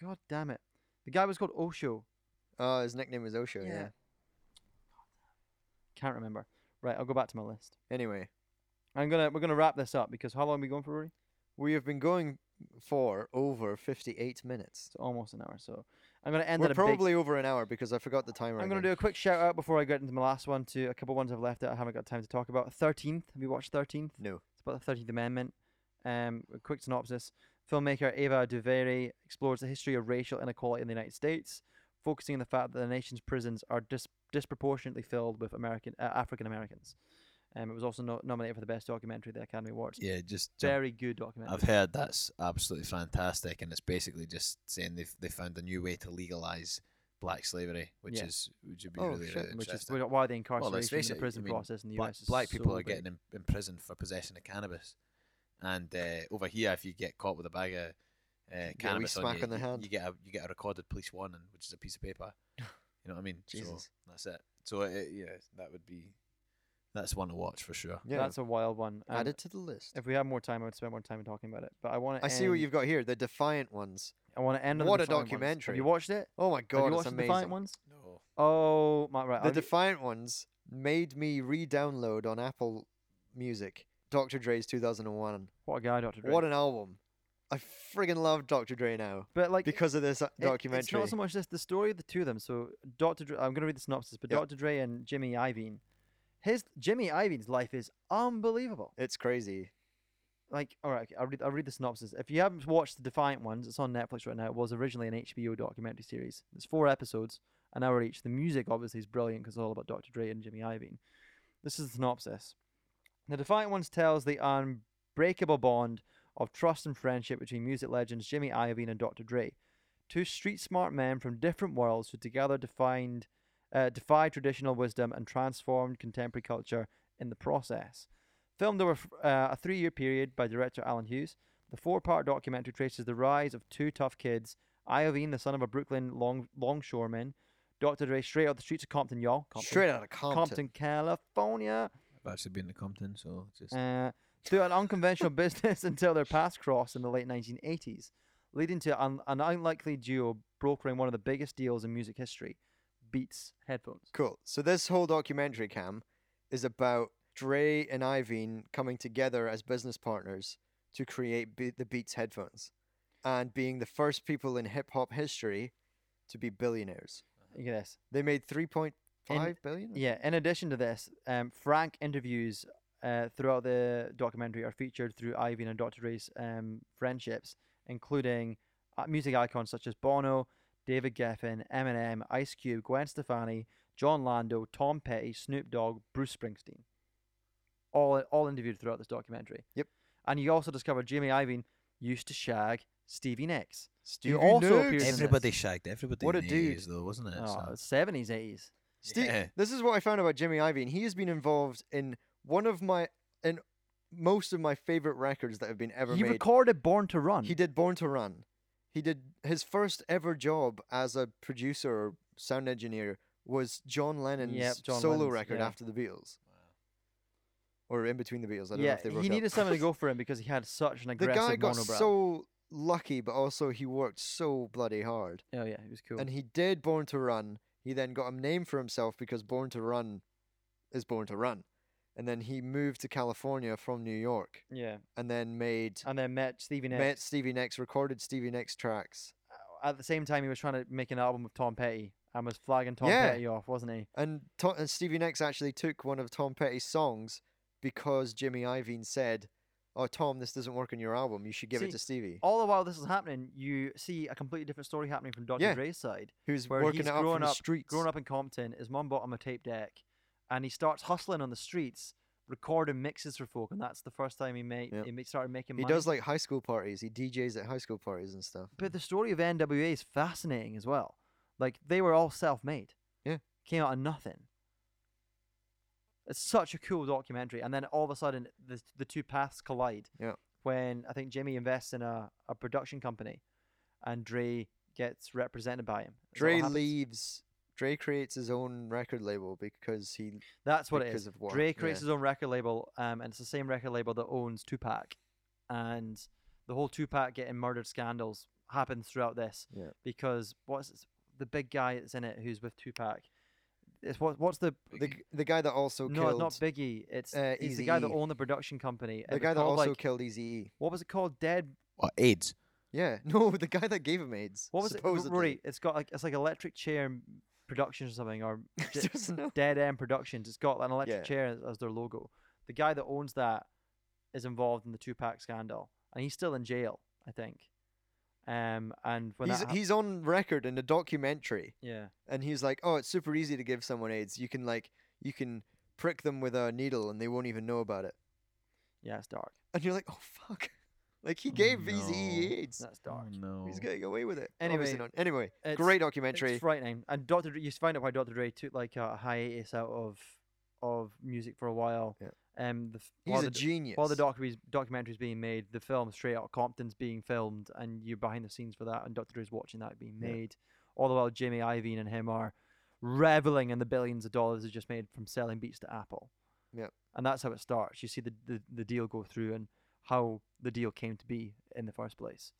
God damn it. The guy was called Osho.
Oh, his nickname is Osho. Yeah.
Can't remember. Right, I'll go back to my list.
Anyway,
I'm gonna we're gonna wrap this up because how long are we going for, Rory?
we have been going for over 58 minutes.
It's almost an hour, so I'm gonna end
We're
at a
probably over an hour because I forgot the timer.
big, I'm gonna do
again.
a quick shout out before I get into my last one to a couple ones I've left that I haven't got time to talk about. Thirteenth, have you watched Thirteenth?
No.
It's about the Thirteenth Amendment. Um, a quick synopsis: Filmmaker Ava DuVernay explores the history of racial inequality in the United States, focusing on the fact that the nation's prisons are dis- disproportionately filled with American uh, African Americans. Um, it was also no- nominated for the best documentary at the Academy Awards.
Yeah, just jump
Very good documentary.
I've heard that's absolutely fantastic, and it's basically just saying they they found a new way to legalize black slavery, which
Yeah.
is which would be
Oh,
really,
shit.
really
which is
interesting.
why the
Well,
incarceration
let's face
and
it,
the
I
prison
mean,
process in the
black,
US is
black people
so
are
big.
getting in, imprisoned for possession of cannabis, and uh, over here, if you get caught with a bag of uh, cannabis on
smack
you,
on the
you-
hand.
you get a you get a recorded police warning, which is a piece of paper. You know what I mean?
Jesus.
So that's it. So it, it- yeah, that would be that's one to watch for sure.
Yeah.
That's a wild one. Um, and
Add it to the list.
If we had more time, I would spend more time talking about it. But I want to.
I see what you've got here. The defiant ones.
I want to end on
What
the
a
Defiant ones. Have
documentary.
you watched it?
Oh my
Have
god,
you
it's
watched the Defiant
amazing.
ones?
No,
Oh my right.
The
I'll gi-
defiant ones made me re-download on Apple Music Dr. Dre's 2001.
what a guy, Doctor Dre.
What an album! I friggin' love Dr. Dre now
but like
because of this uh,
it- It's
documentary.
not so much just the story of the two of them. So Doctor Dre, I'm gonna read the synopsis. But
Yep.
Doctor Dre and Jimmy Iovine, his Jimmy Iovine's life is unbelievable.
It's crazy.
Like, all right, okay, I'll read. I'll read the synopsis. If you haven't watched the Defiant ones, it's on Netflix right now. It was originally an HBO documentary series. It's four episodes, an hour each. The music obviously is brilliant because it's all about Dr. Dre and Jimmy Iovine. This is the synopsis. The Defiant Ones tells the unbreakable bond of trust and friendship between music legends Jimmy Iovine and Dr. Dre, two street smart men from different worlds who together defined uh, defy traditional wisdom, and transformed contemporary culture in the process. Filmed over f- uh, a three year period by director Alan Hughes, the four part documentary traces the rise of two tough kids Iovine, the son of a Brooklyn long- longshoreman, Dr. Dre, straight out the streets of Compton, y'all. Compton.
Straight out of Compton.
Compton, California.
I've actually been to Compton, so just
Uh, through an unconventional business until their paths crossed in the late 1980s, leading to an, an unlikely duo brokering one of the biggest deals in music history Beats headphones.
Cool. So this whole documentary cam is about Dre and Iveen coming together as business partners to create Be- the Beats headphones, and being the first people in hip hop history to be billionaires.
Yes.
They made three point five billion.
Yeah. In addition to this, um, Frank interviews uh, throughout the documentary are featured through Ivy and Dr. Dre's um, friendships, including uh, music icons such as Bono, David Geffen, Eminem, Ice Cube, Gwen Stefani, John Lando, Tom Petty, Snoop Dogg, Bruce Springsteen. All all interviewed throughout this documentary.
Yep.
And you also discover Jimmy Iovine used to shag Stevie Nicks.
Stevie
also
Nicks.
appears in
Everybody-
everybody shagged everybody.
What
in
a
the
dude.
80s though, wasn't it? So-
Oh, 70s, 80s.
Ste-
Yeah.
This is what I found about Jimmy Iovine. He has been involved in one of my in most of my favorite records that have been ever
He
made.
recorded Born to Run.
He did Born to Run. He did his first ever job as a producer or sound engineer was John Lennon's
John
solo
Lennon's,
record
yeah.
after the Beatles. Or in between the Beatles. I don't know
yeah,
if they broke
he
up.
needed someone to go for him because he had such an
The
aggressive
guy got
monobrow.
so lucky, but also he worked so bloody hard.
oh yeah, he was cool.
And he did Born to Run. He then got a name for himself because Born to Run is Born to Run. And then he moved to California from New York
yeah,
and then made
and then met Stevie Nicks. Uh,
met Stevie Nicks, recorded Stevie Nicks tracks.
At the same time, he was trying to make an album with Tom Petty and was flagging Tom
Yeah.
Petty off, wasn't he?
And, to- and Stevie Nicks actually took one of Tom Petty's songs because Jimmy Iovine said, "Oh, Tom, this doesn't work on your album. You should give
See,
it to Stevie,
All the while this is happening, you see a completely different story happening from Dr.
Yeah.
Dre's side,
who's
where
working
he's
it out
grown
from the
up-
streets."
growing up in Compton. His mum bought him a tape deck, and he starts hustling on the streets, recording mixes for folk, and that's the first time he made
Yep.
he started making.
he
money.
does like high school parties. He DJs at high school parties and stuff.
But the story of NWA is fascinating as well. Like they were all self-made.
Yeah.
Came out of nothing. It's such a cool documentary, and then all of a sudden the the two paths collide.
Yeah.
When I think Jimmy invests in a, a production company, and Dre gets represented by him. Is that what
Dre
happens?
leaves. Dre creates his own record label because he
That's what it
because
is.
of war,
Dre creates
yeah.
his own record label, um, and it's the same record label that owns Tupac, and the whole Tupac getting murdered scandals happens throughout this.
Yeah.
Because what's his- the big guy that's in it who's with Tupac? It's what? What's the
the g- the guy that also
no? It's
killed
not Biggie. It's
uh,
he's the guy that
Eazy-E.
owned the production company. It
the
was
guy that
called,
also
like,
killed Eazy-E.
what was it called? Dead.
What AIDS?
Yeah, no, the guy that gave him AIDS.
What was it?
supposedly.
Rory, it's got like it's like Electric Chair M- Productions or something or J-
Just no-
Dead End Productions. It's got an electric
Yeah.
chair as, as their logo. The guy that owns that is involved in the Tupac scandal, and he's still in jail, I think. Um, and when
He's
that hap-
he's on record in a documentary.
yeah,
and he's like, "Oh, it's super easy to give someone AIDS. You can like you can prick them with a needle and they won't even know about it."
yeah, it's dark.
And you're like, "Oh fuck!" Like he gave no.
no.
AIDS.
That's dark.
Oh, no.
He's getting away with it.
Anyway,
Obviously not. anyway,
It's,
great documentary.
It's frightening. And Doctor, you find out why Doctor Dre took like a hiatus out of of music for a while.
Yeah.
Um, the, f- while
he's a
the,
genius.
While the documentary's, documentary's being made, the film Straight Out Compton's being filmed, and you're behind the scenes for that, and Dr. Dre's watching that being
Yeah.
made. All the while, Jimmy Iovine and him are reveling in the billions of dollars they just made from selling beats to Apple.
Yep.
And that's how it starts. You see the, the, the deal go through and how the deal came to be in the first place.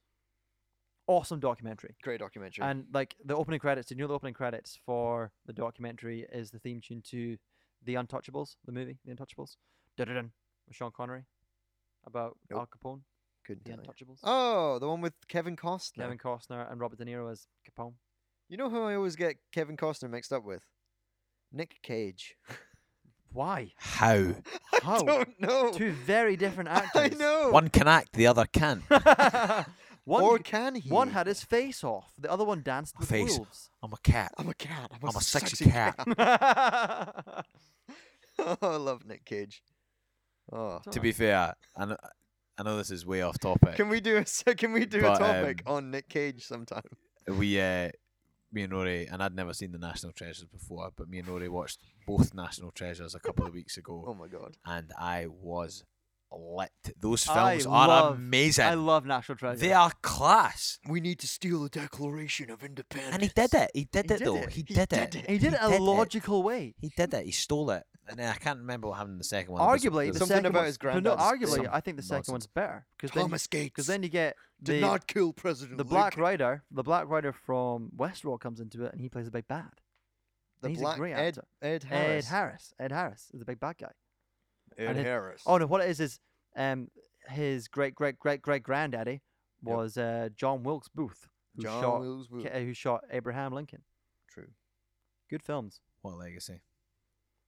Awesome documentary.
great documentary.
And like the opening credits, did you know the opening credits for the documentary is the theme tune to The Untouchables, the movie, The Untouchables? Dun-dun-dun, with Sean Connery about
Nope.
Al Capone,
Couldn't
The
tell you.
Untouchables.
Oh, the one with Kevin Costner.
Kevin Costner and Robert De Niro as Capone.
You know who I always get Kevin Costner mixed up with? Nick Cage.
Why?
How?
How?
I don't know.
Oh, Two very different
I
actors.
know.
One can act, the other can't.
one,
or
g-
can he?
one had his face off. The other one danced with
Face.
wolves.
I'm a cat.
I'm a cat. I'm a,
I'm a sexy cat.
oh, I love Nick Cage. Oh.
To be fair, I know, I know this is way off topic.
Can we do a se- can we do
But,
a topic
um,
on Nick Cage sometime?
we uh me and Rory, and I'd never seen the National Treasures before, but me and Rory watched both National Treasures a couple of weeks ago,
Oh my god.
and I was lit. Those
I
films are
love-
amazing.
I love National Treasure.
they are class.
We need to steal the Declaration of Independence.
And he did it. He did
He
it
did
though.
it.
He
He
did
did
it.
it.
And he did it in a logical way.
He did it. He stole it. And then I can't remember what happened in the second one. There's-
Arguably,
there's
the
something
second
about
one-
his
but no,
granddad's
arguably,
some
I think the second one's
nonsense.
better because then,
Thomas Gates
because then you get
did
the,
not kill President
the Black Rider. The Black Rider from Westworld comes into it, and he plays a big bad.
The
he's a
Black
great
Ed,
actor.
Ed
Ed
Harris.
Harris. Ed Harris is the big bad guy.
Ed
and it-
Harris.
Oh no, what it is is um his great great great great granddaddy was uh, John Wilkes Booth, who
John
shot
Wilkes Booth.
K- uh, who shot Abraham Lincoln.
True.
Good films.
What legacy?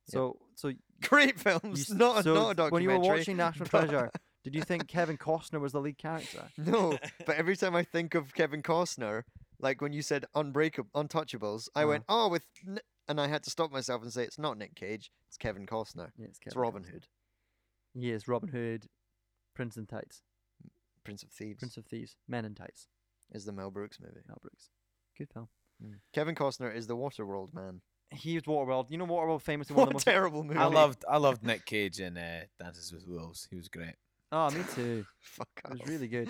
Yep.
So so you
Great films.
s-
not,
so
not a documentary.
when you were watching National
but-
Treasure, did you think Kevin Costner was the lead character?
No, but every time I think of Kevin Costner, like when you said unbreakable, untouchables, I
Uh-huh.
went, oh, with. N-, and I had to stop myself and say, it's not Nick Cage, it's Kevin Costner.
Yeah, it's,
It's
Kevin
Robin
Costner.
Hood,
Yes, Robin Hood, Prince in Tights,
Prince of Thieves,
Prince of Thieves, Men in Tights,
is the Mel Brooks movie.
Mel Brooks. Good film.
Kevin Costner is the Waterworld man.
He was Waterworld. You know Waterworld famously one
What
of
a
the most
terrible movie.
I loved I loved Nick Cage in uh, Dances with Wolves. He was great.
Oh, me too.
Fuck
It was
off.
really good.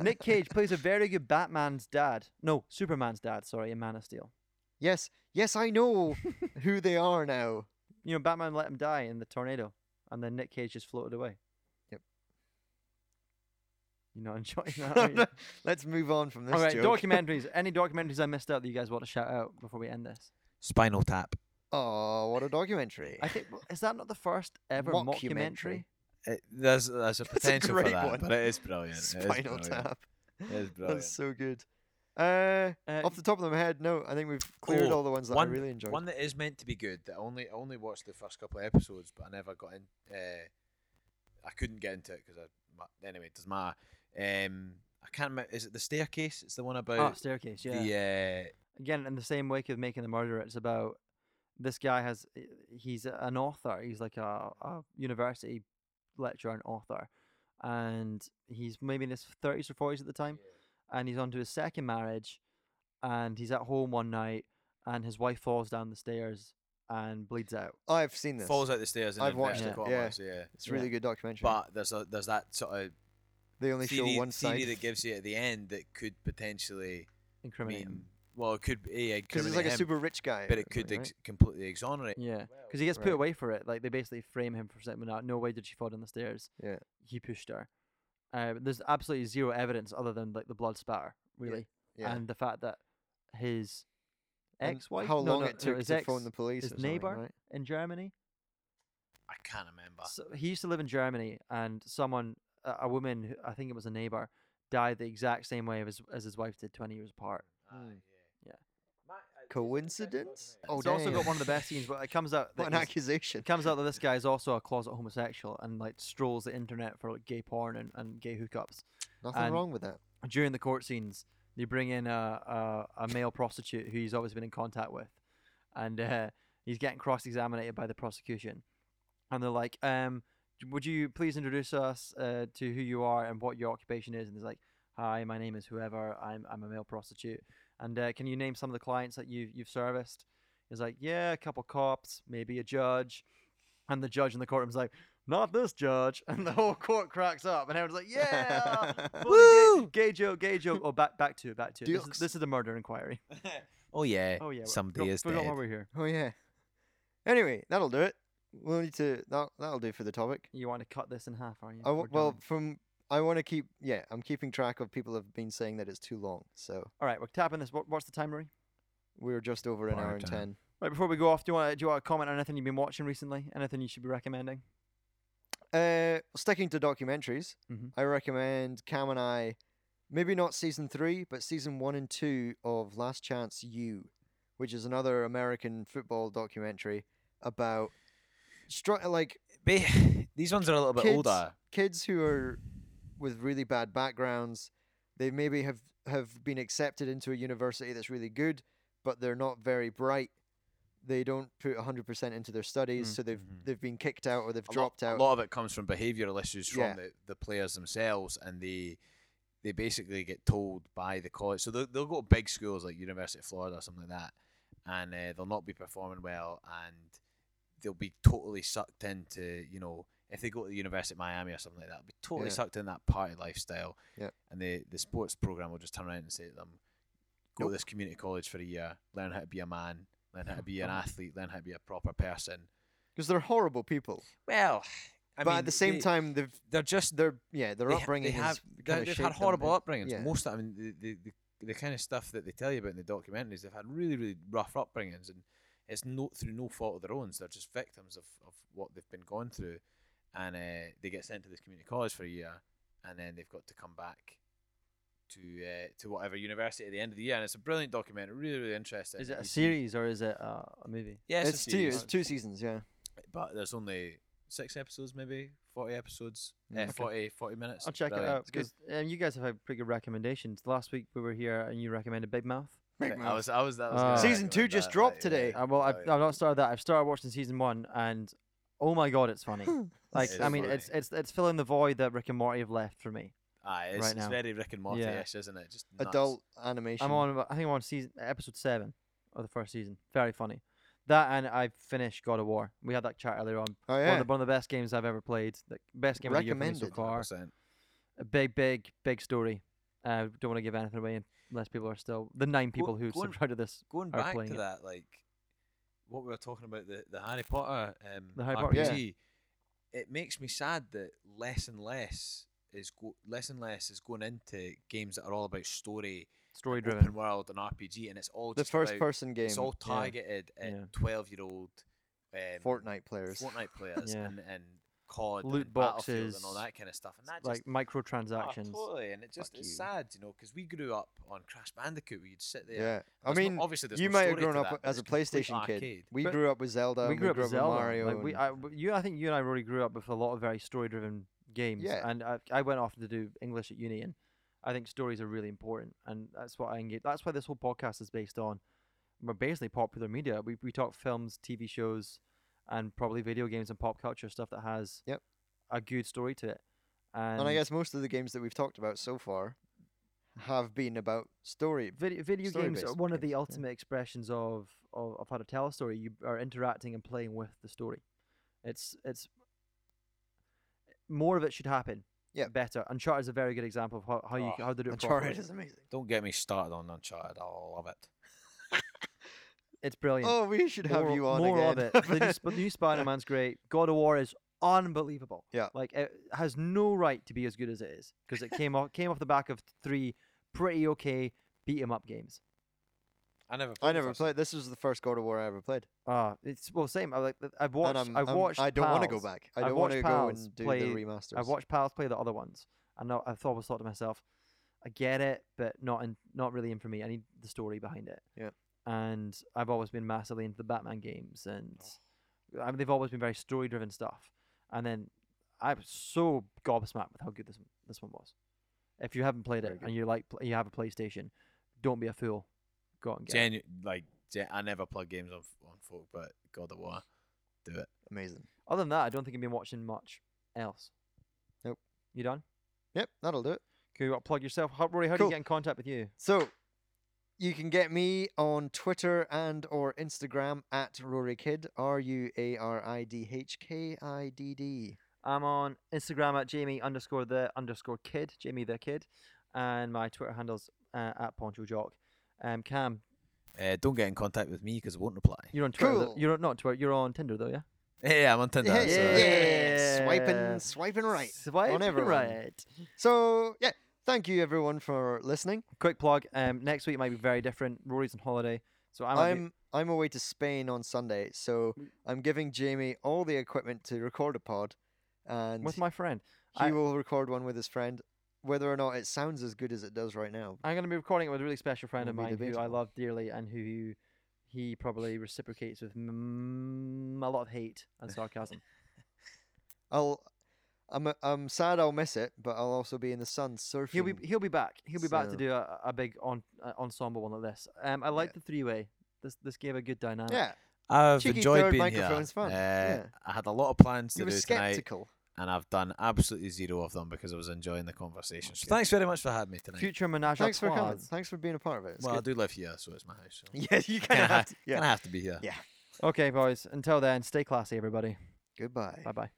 Nick Cage plays a very good Batman's dad. No, Superman's dad, sorry, in Man of Steel.
Yes, yes, I know who they are now.
You know, Batman let him die in the tornado, and then Nick Cage just floated away.
Yep.
You're not enjoying that, are you?
Let's move on from this
All right,
joke.
documentaries. Any documentaries I missed out that you guys want to shout out before we end this?
Spinal Tap.
oh, what a documentary!
I think well, is that not the first ever mockumentary?
Mockumentary.
It, there's there's a potential for
great
that,
one.
but it is brilliant. it is
Spinal
brilliant.
Tap.
It is brilliant.
That's so good. Uh,
Uh,
off the top of my head, no. I think we've cleared
Oh,
all the ones that
one,
I really enjoyed.
One that is meant to be good. That I only I only watched the first couple of episodes, but I never got in. Uh, I couldn't get into it because I. ma- Anyway, it doesn't matter. Um, I can't remember. Is it the staircase? It's the one
oh,
about
staircase. Yeah.
the. Uh,
Again, in the same wake of making the murderer, it's about this guy has he's an author. He's like a, a university lecturer and author, and he's maybe in his thirties or forties at the time, and he's onto his second marriage, and he's at home one night, and his wife falls down the stairs and bleeds out.
I've seen this.
falls out the stairs. And
I've watched
inverted
it,
commas, yeah.
it's a really good documentary.
But there's a there's that sort of
they only
theory,
show one
theory
side
that gives you at the end that could potentially
Incriminating.
mean well it could be yeah,
because it's
incriminate
like a
him,
super rich guy.
but
or
it could
something,
ex-
right?
completely exonerate.
Yeah, because he gets put
Right.
away for it. Like they basically frame him for something. Like, no way did she fall down the stairs.
Yeah.
he pushed her. Uh, there's absolutely zero evidence other than like the blood spatter, really,
Yeah.
and the fact that his
And
ex-wife,
How
no,
long
no,
it
no,
took
his
to
ex
phone the police?
his
or something,
neighbour?
right?
in Germany.
I can't remember.
So he used to live in Germany, and someone, a, a woman, who- I think it was a neighbor, died the exact same way as, as his wife did 20 years apart.
Ah,
Yeah.
uh,
Coincidence? Oh,
hmm. it's also got
damn.
one of the best scenes, but it comes out
What
that
an
he's-
accusation!
it comes out that this guy is also a closet homosexual and like strolls the internet for like gay porn and, and gay hookups.
Nothing
and-
wrong with that.
During the court scenes, they bring in a a, a male prostitute who he's always been in contact with, and uh, he's getting cross-examined by the prosecution, and they're like, um, "Would you please introduce us uh, to who you are and what your occupation is?" And he's like, "Hi, my name is whoever. I'm I'm a male prostitute, and uh, can you name some of the clients that you you've serviced?" He's like, "Yeah, a couple cops, maybe a judge," and the judge in the courtroom's like. Not this judge, and the whole court cracks up, and everyone's like, "Yeah, Bloody Gay, gay joke, gay joke. Oh, back back to it, back to it. This is,
Dukes.
this is the murder inquiry.
Oh yeah.
Oh yeah.
Somebody
forgot,
is
forgot
dead.
why we're here.
Oh yeah. Anyway, that'll do it. We'll need to that that'll do for the topic.
You want to cut this in half, are you?
I w-
We're
well
done.
from I want to keep yeah I'm keeping track of people have been saying that it's too long, so
all right, we're tapping this. What, what's the time, Rory?
we're just over an
Bar
hour and
time.
ten.
Right before we go off, do you want to do you want to comment on anything you've been watching recently? Anything you should be recommending?
Uh, sticking to documentaries,
Mhm.
I recommend Cam and I, maybe not season three, but season one and two of Last Chance U, which is another American football documentary about str- like
Ba- These ones are a little bit
Kids.
older.
kids who are with really bad backgrounds. They maybe have have been accepted into a university that's really good, but they're not very bright. They don't put hundred percent into their studies,
Mm.
so they've
Mhm.
they've been kicked out or they've
A lot-
dropped out.
A lot of it comes from behavioural issues from
Yeah.
the, the players themselves, and they they basically get told by the college. So they'll, they'll go to big schools like University of Florida or something like that, and uh, they'll not be performing well, and they'll be totally sucked into you know if they go to the University of Miami or something like that, they'll be totally
Yeah.
sucked in that party lifestyle.
Yeah.
And the the sports program will just turn around and say to them, go
Nope.
to this community college for a year, learn how to be a man, learn how to be an
God.
athlete, learn how to be a proper person.
because they're horrible people.
Well, I
but
mean,
at the same
they-
time, they've
they're just
they're yeah their
they ha-
upbringing
They
is
have
kinda
they've
shaped
had
them
horrible
in-
upbringing.
yeah.
Most of them, the, the, the, the kind of stuff that they tell you about in the documentaries, they've had really really rough upbringings, and it's no through no fault of their own. So they're just victims of, of what they've been going through, and uh, they get sent to this community college for a year, and then they've got to come back to uh, to whatever university at the end of the year. And it's a brilliant documentary, really really interesting.
Is it a
You see-
series or is it uh, a movie?
Yeah, it's, a
it's two
series,
it's two seasons. Yeah,
but there's only six episodes, maybe forty episodes,
Mm,
eh,
okay.
40, 40 minutes.
I'll check
Brilliant.
it out
good.
because um, you guys have had pretty good recommendations. Last week we were here and you recommended Big Mouth.
Right, I was, I was, that was
Uh,
gonna
Season two
recommend
just
that,
dropped
like,
today.
yeah.
Uh, well, I've,
Oh,
I've
yeah.
not started that. I've started watching season one, and oh my god, it's funny. like
It is
I mean,
funny.
it's it's it's filling the void that Rick and Morty have left for me.
Aye, it's,
right
it's
now.
very Rick and Morty ish, isn't it? Just nuts.
adult animation.
I'm on. about- I think I'm on season episode seven of the first season. Very funny. That and I finished God of War. We had that chat earlier on.
oh
One,
yeah,
of the, one of the best games I've ever played. The best game of the year for me so
Recommended.
far.
100%.
A big, big, big story. uh, don't want to give anything away unless people are still the nine people who
go on.
subscribed to this.
Going
Are
back
playing
to
it.
that, like what we were talking about the, the Harry Potter um,
The Harry Potter,
yeah.
RPG, it makes me sad that less and less is go- less and less is going into games that are all about story,
Story
open
driven.
world, and RPG, and it's all
the
just
first
about-
person game.
It's all
yeah.
targeted
Yeah.
at twelve year old um,
Fortnite players.
Fortnite players,
Yeah.
and and COD,
Loot
and Battlefield, and all
boxes,
that kind of stuff, and that just
Like microtransactions.
Oh, totally, and it just
Fuck
it's
you.
sad, you know, because we grew up on Crash Bandicoot. where you would sit there.
Yeah, I
There's no-
mean,
obviously there's
you
no
might have
story to
grown up
that, but
as a
it's complete
PlayStation kid.
arcade.
We
But
grew up with Zelda.
we
and
grew up
we
with
grew up
Zelda.
with Mario.
like we,
and-
I, w- you, I think you and I really grew up with a lot of very story-driven games.
Yeah.
And I, I went off to do English at uni, and I think stories are really important, and that's what I engage. That's why this whole podcast is based on. We're basically popular media. We we talk films, TV shows, and probably video games and pop culture stuff that has
Yep.
a good story to it. And,
and I guess most of the games that we've talked about so far have been about story.
Video, video games are
Story-based
one of
games,
the
yeah.
ultimate expressions of, of, of how to tell a story. You are interacting and playing with the story. It's it's more of it should happen.
Yeah. Ah,
better. Uncharted is a very good example of how, how you
Oh,
how to do it.
Uncharted
properly.
is amazing.
Don't get me started on Uncharted. I love it.
It's brilliant.
Oh, we should have
more,
you on
more
again.
of it. the, new, Sp- the new Spider-Man's great. God of War is unbelievable.
Yeah.
like it has no right to be as good as it is because it came off came off the back of three pretty okay beat 'em up games.
I never.
I
the
never
first one.
played. This was the first God of War I ever played.
Ah, it's well same. I like I've watched.
and I'm,
I've
I'm-
watched.
I don't
want
want to go back. I
I've
don't want to
watched
go
pals
and do
play-
the remasters.
I've watched pals play the other ones, and I, I've always thought to myself, I get it, but not in, not really in for me. I need the story behind it.
Yeah.
And I've always been massively into the Batman games, and
Oh.
I mean, they've always been very story driven stuff. And then I was so gobsmacked with how good this one- this one was. If you haven't played
Very
it
good.
and you like pl- you have a PlayStation, don't be a fool. Go out and get it.
Genu- like gen- I never plug games on f- on folk, but God of War, do it.
Amazing.
Other than that, I don't think I've been watching much else.
Nope.
You done?
Yep, that'll do it.
Cool. You want to plug yourself? How, Rory, how do you
Cool.
get in contact with you?
So you can get me on Twitter and or Instagram at Rory Kidd, R U A R I D H K I D D.
I'm on Instagram at Jamie underscore the underscore kid, Jamie the kid, and my Twitter handles uh, at Poncho Jock. Um, Cam,
Uh, don't get in contact with me because I won't reply.
you're on Twitter. though-
Cool.
You're on, not Twitter. You're on Tinder though, yeah.
Hey, I'm on Tinder.
Yeah,
so-
yeah,
yeah,
Yeah.
swiping, swiping right.
Swipe
everyone.
right.
So yeah, thank you everyone for listening.
Quick plug. Um, next week might be very different. Rory's on holiday, so I might be-
I'm I'm away to Spain on Sunday, so
Mm.
I'm giving Jamie all the equipment to record a pod, and
with my friend.
he
I-
will record one with his friend. Whether or not it sounds as good as it does right now,
I'm going to be recording it with a really special friend of
Will be
mine who I
debatable.
love dearly and who he probably reciprocates with mm, a lot of hate and sarcasm.
I'll. I'm uh, I'm sad I'll miss it, but I'll also be in the sun surfing.
He'll be he'll be back. He'll be back to
So-
do a, a big on uh, ensemble one like this. Um, I like the three way. This this gave a good
uh,
dynamic.
yeah,
I've
Cheeky
enjoyed
third
being here.
microphone's fun,
Uh,
yeah.
I had a lot of plans to
you were
do tonight.
skeptical.
and I've done absolutely zero of them because I was enjoying the conversation. So
Okay.
thanks very much for having me tonight.
Future menage
Thanks
a
for coming.
trois.
Thanks for being a part of it. It's
well,
good.
I do live here, so it's my house. So.
Yeah, you kind of have to.
Kinda
Yeah.
have to be here.
Yeah.
Okay, boys. Until then, stay classy, everybody.
Goodbye.
Bye bye.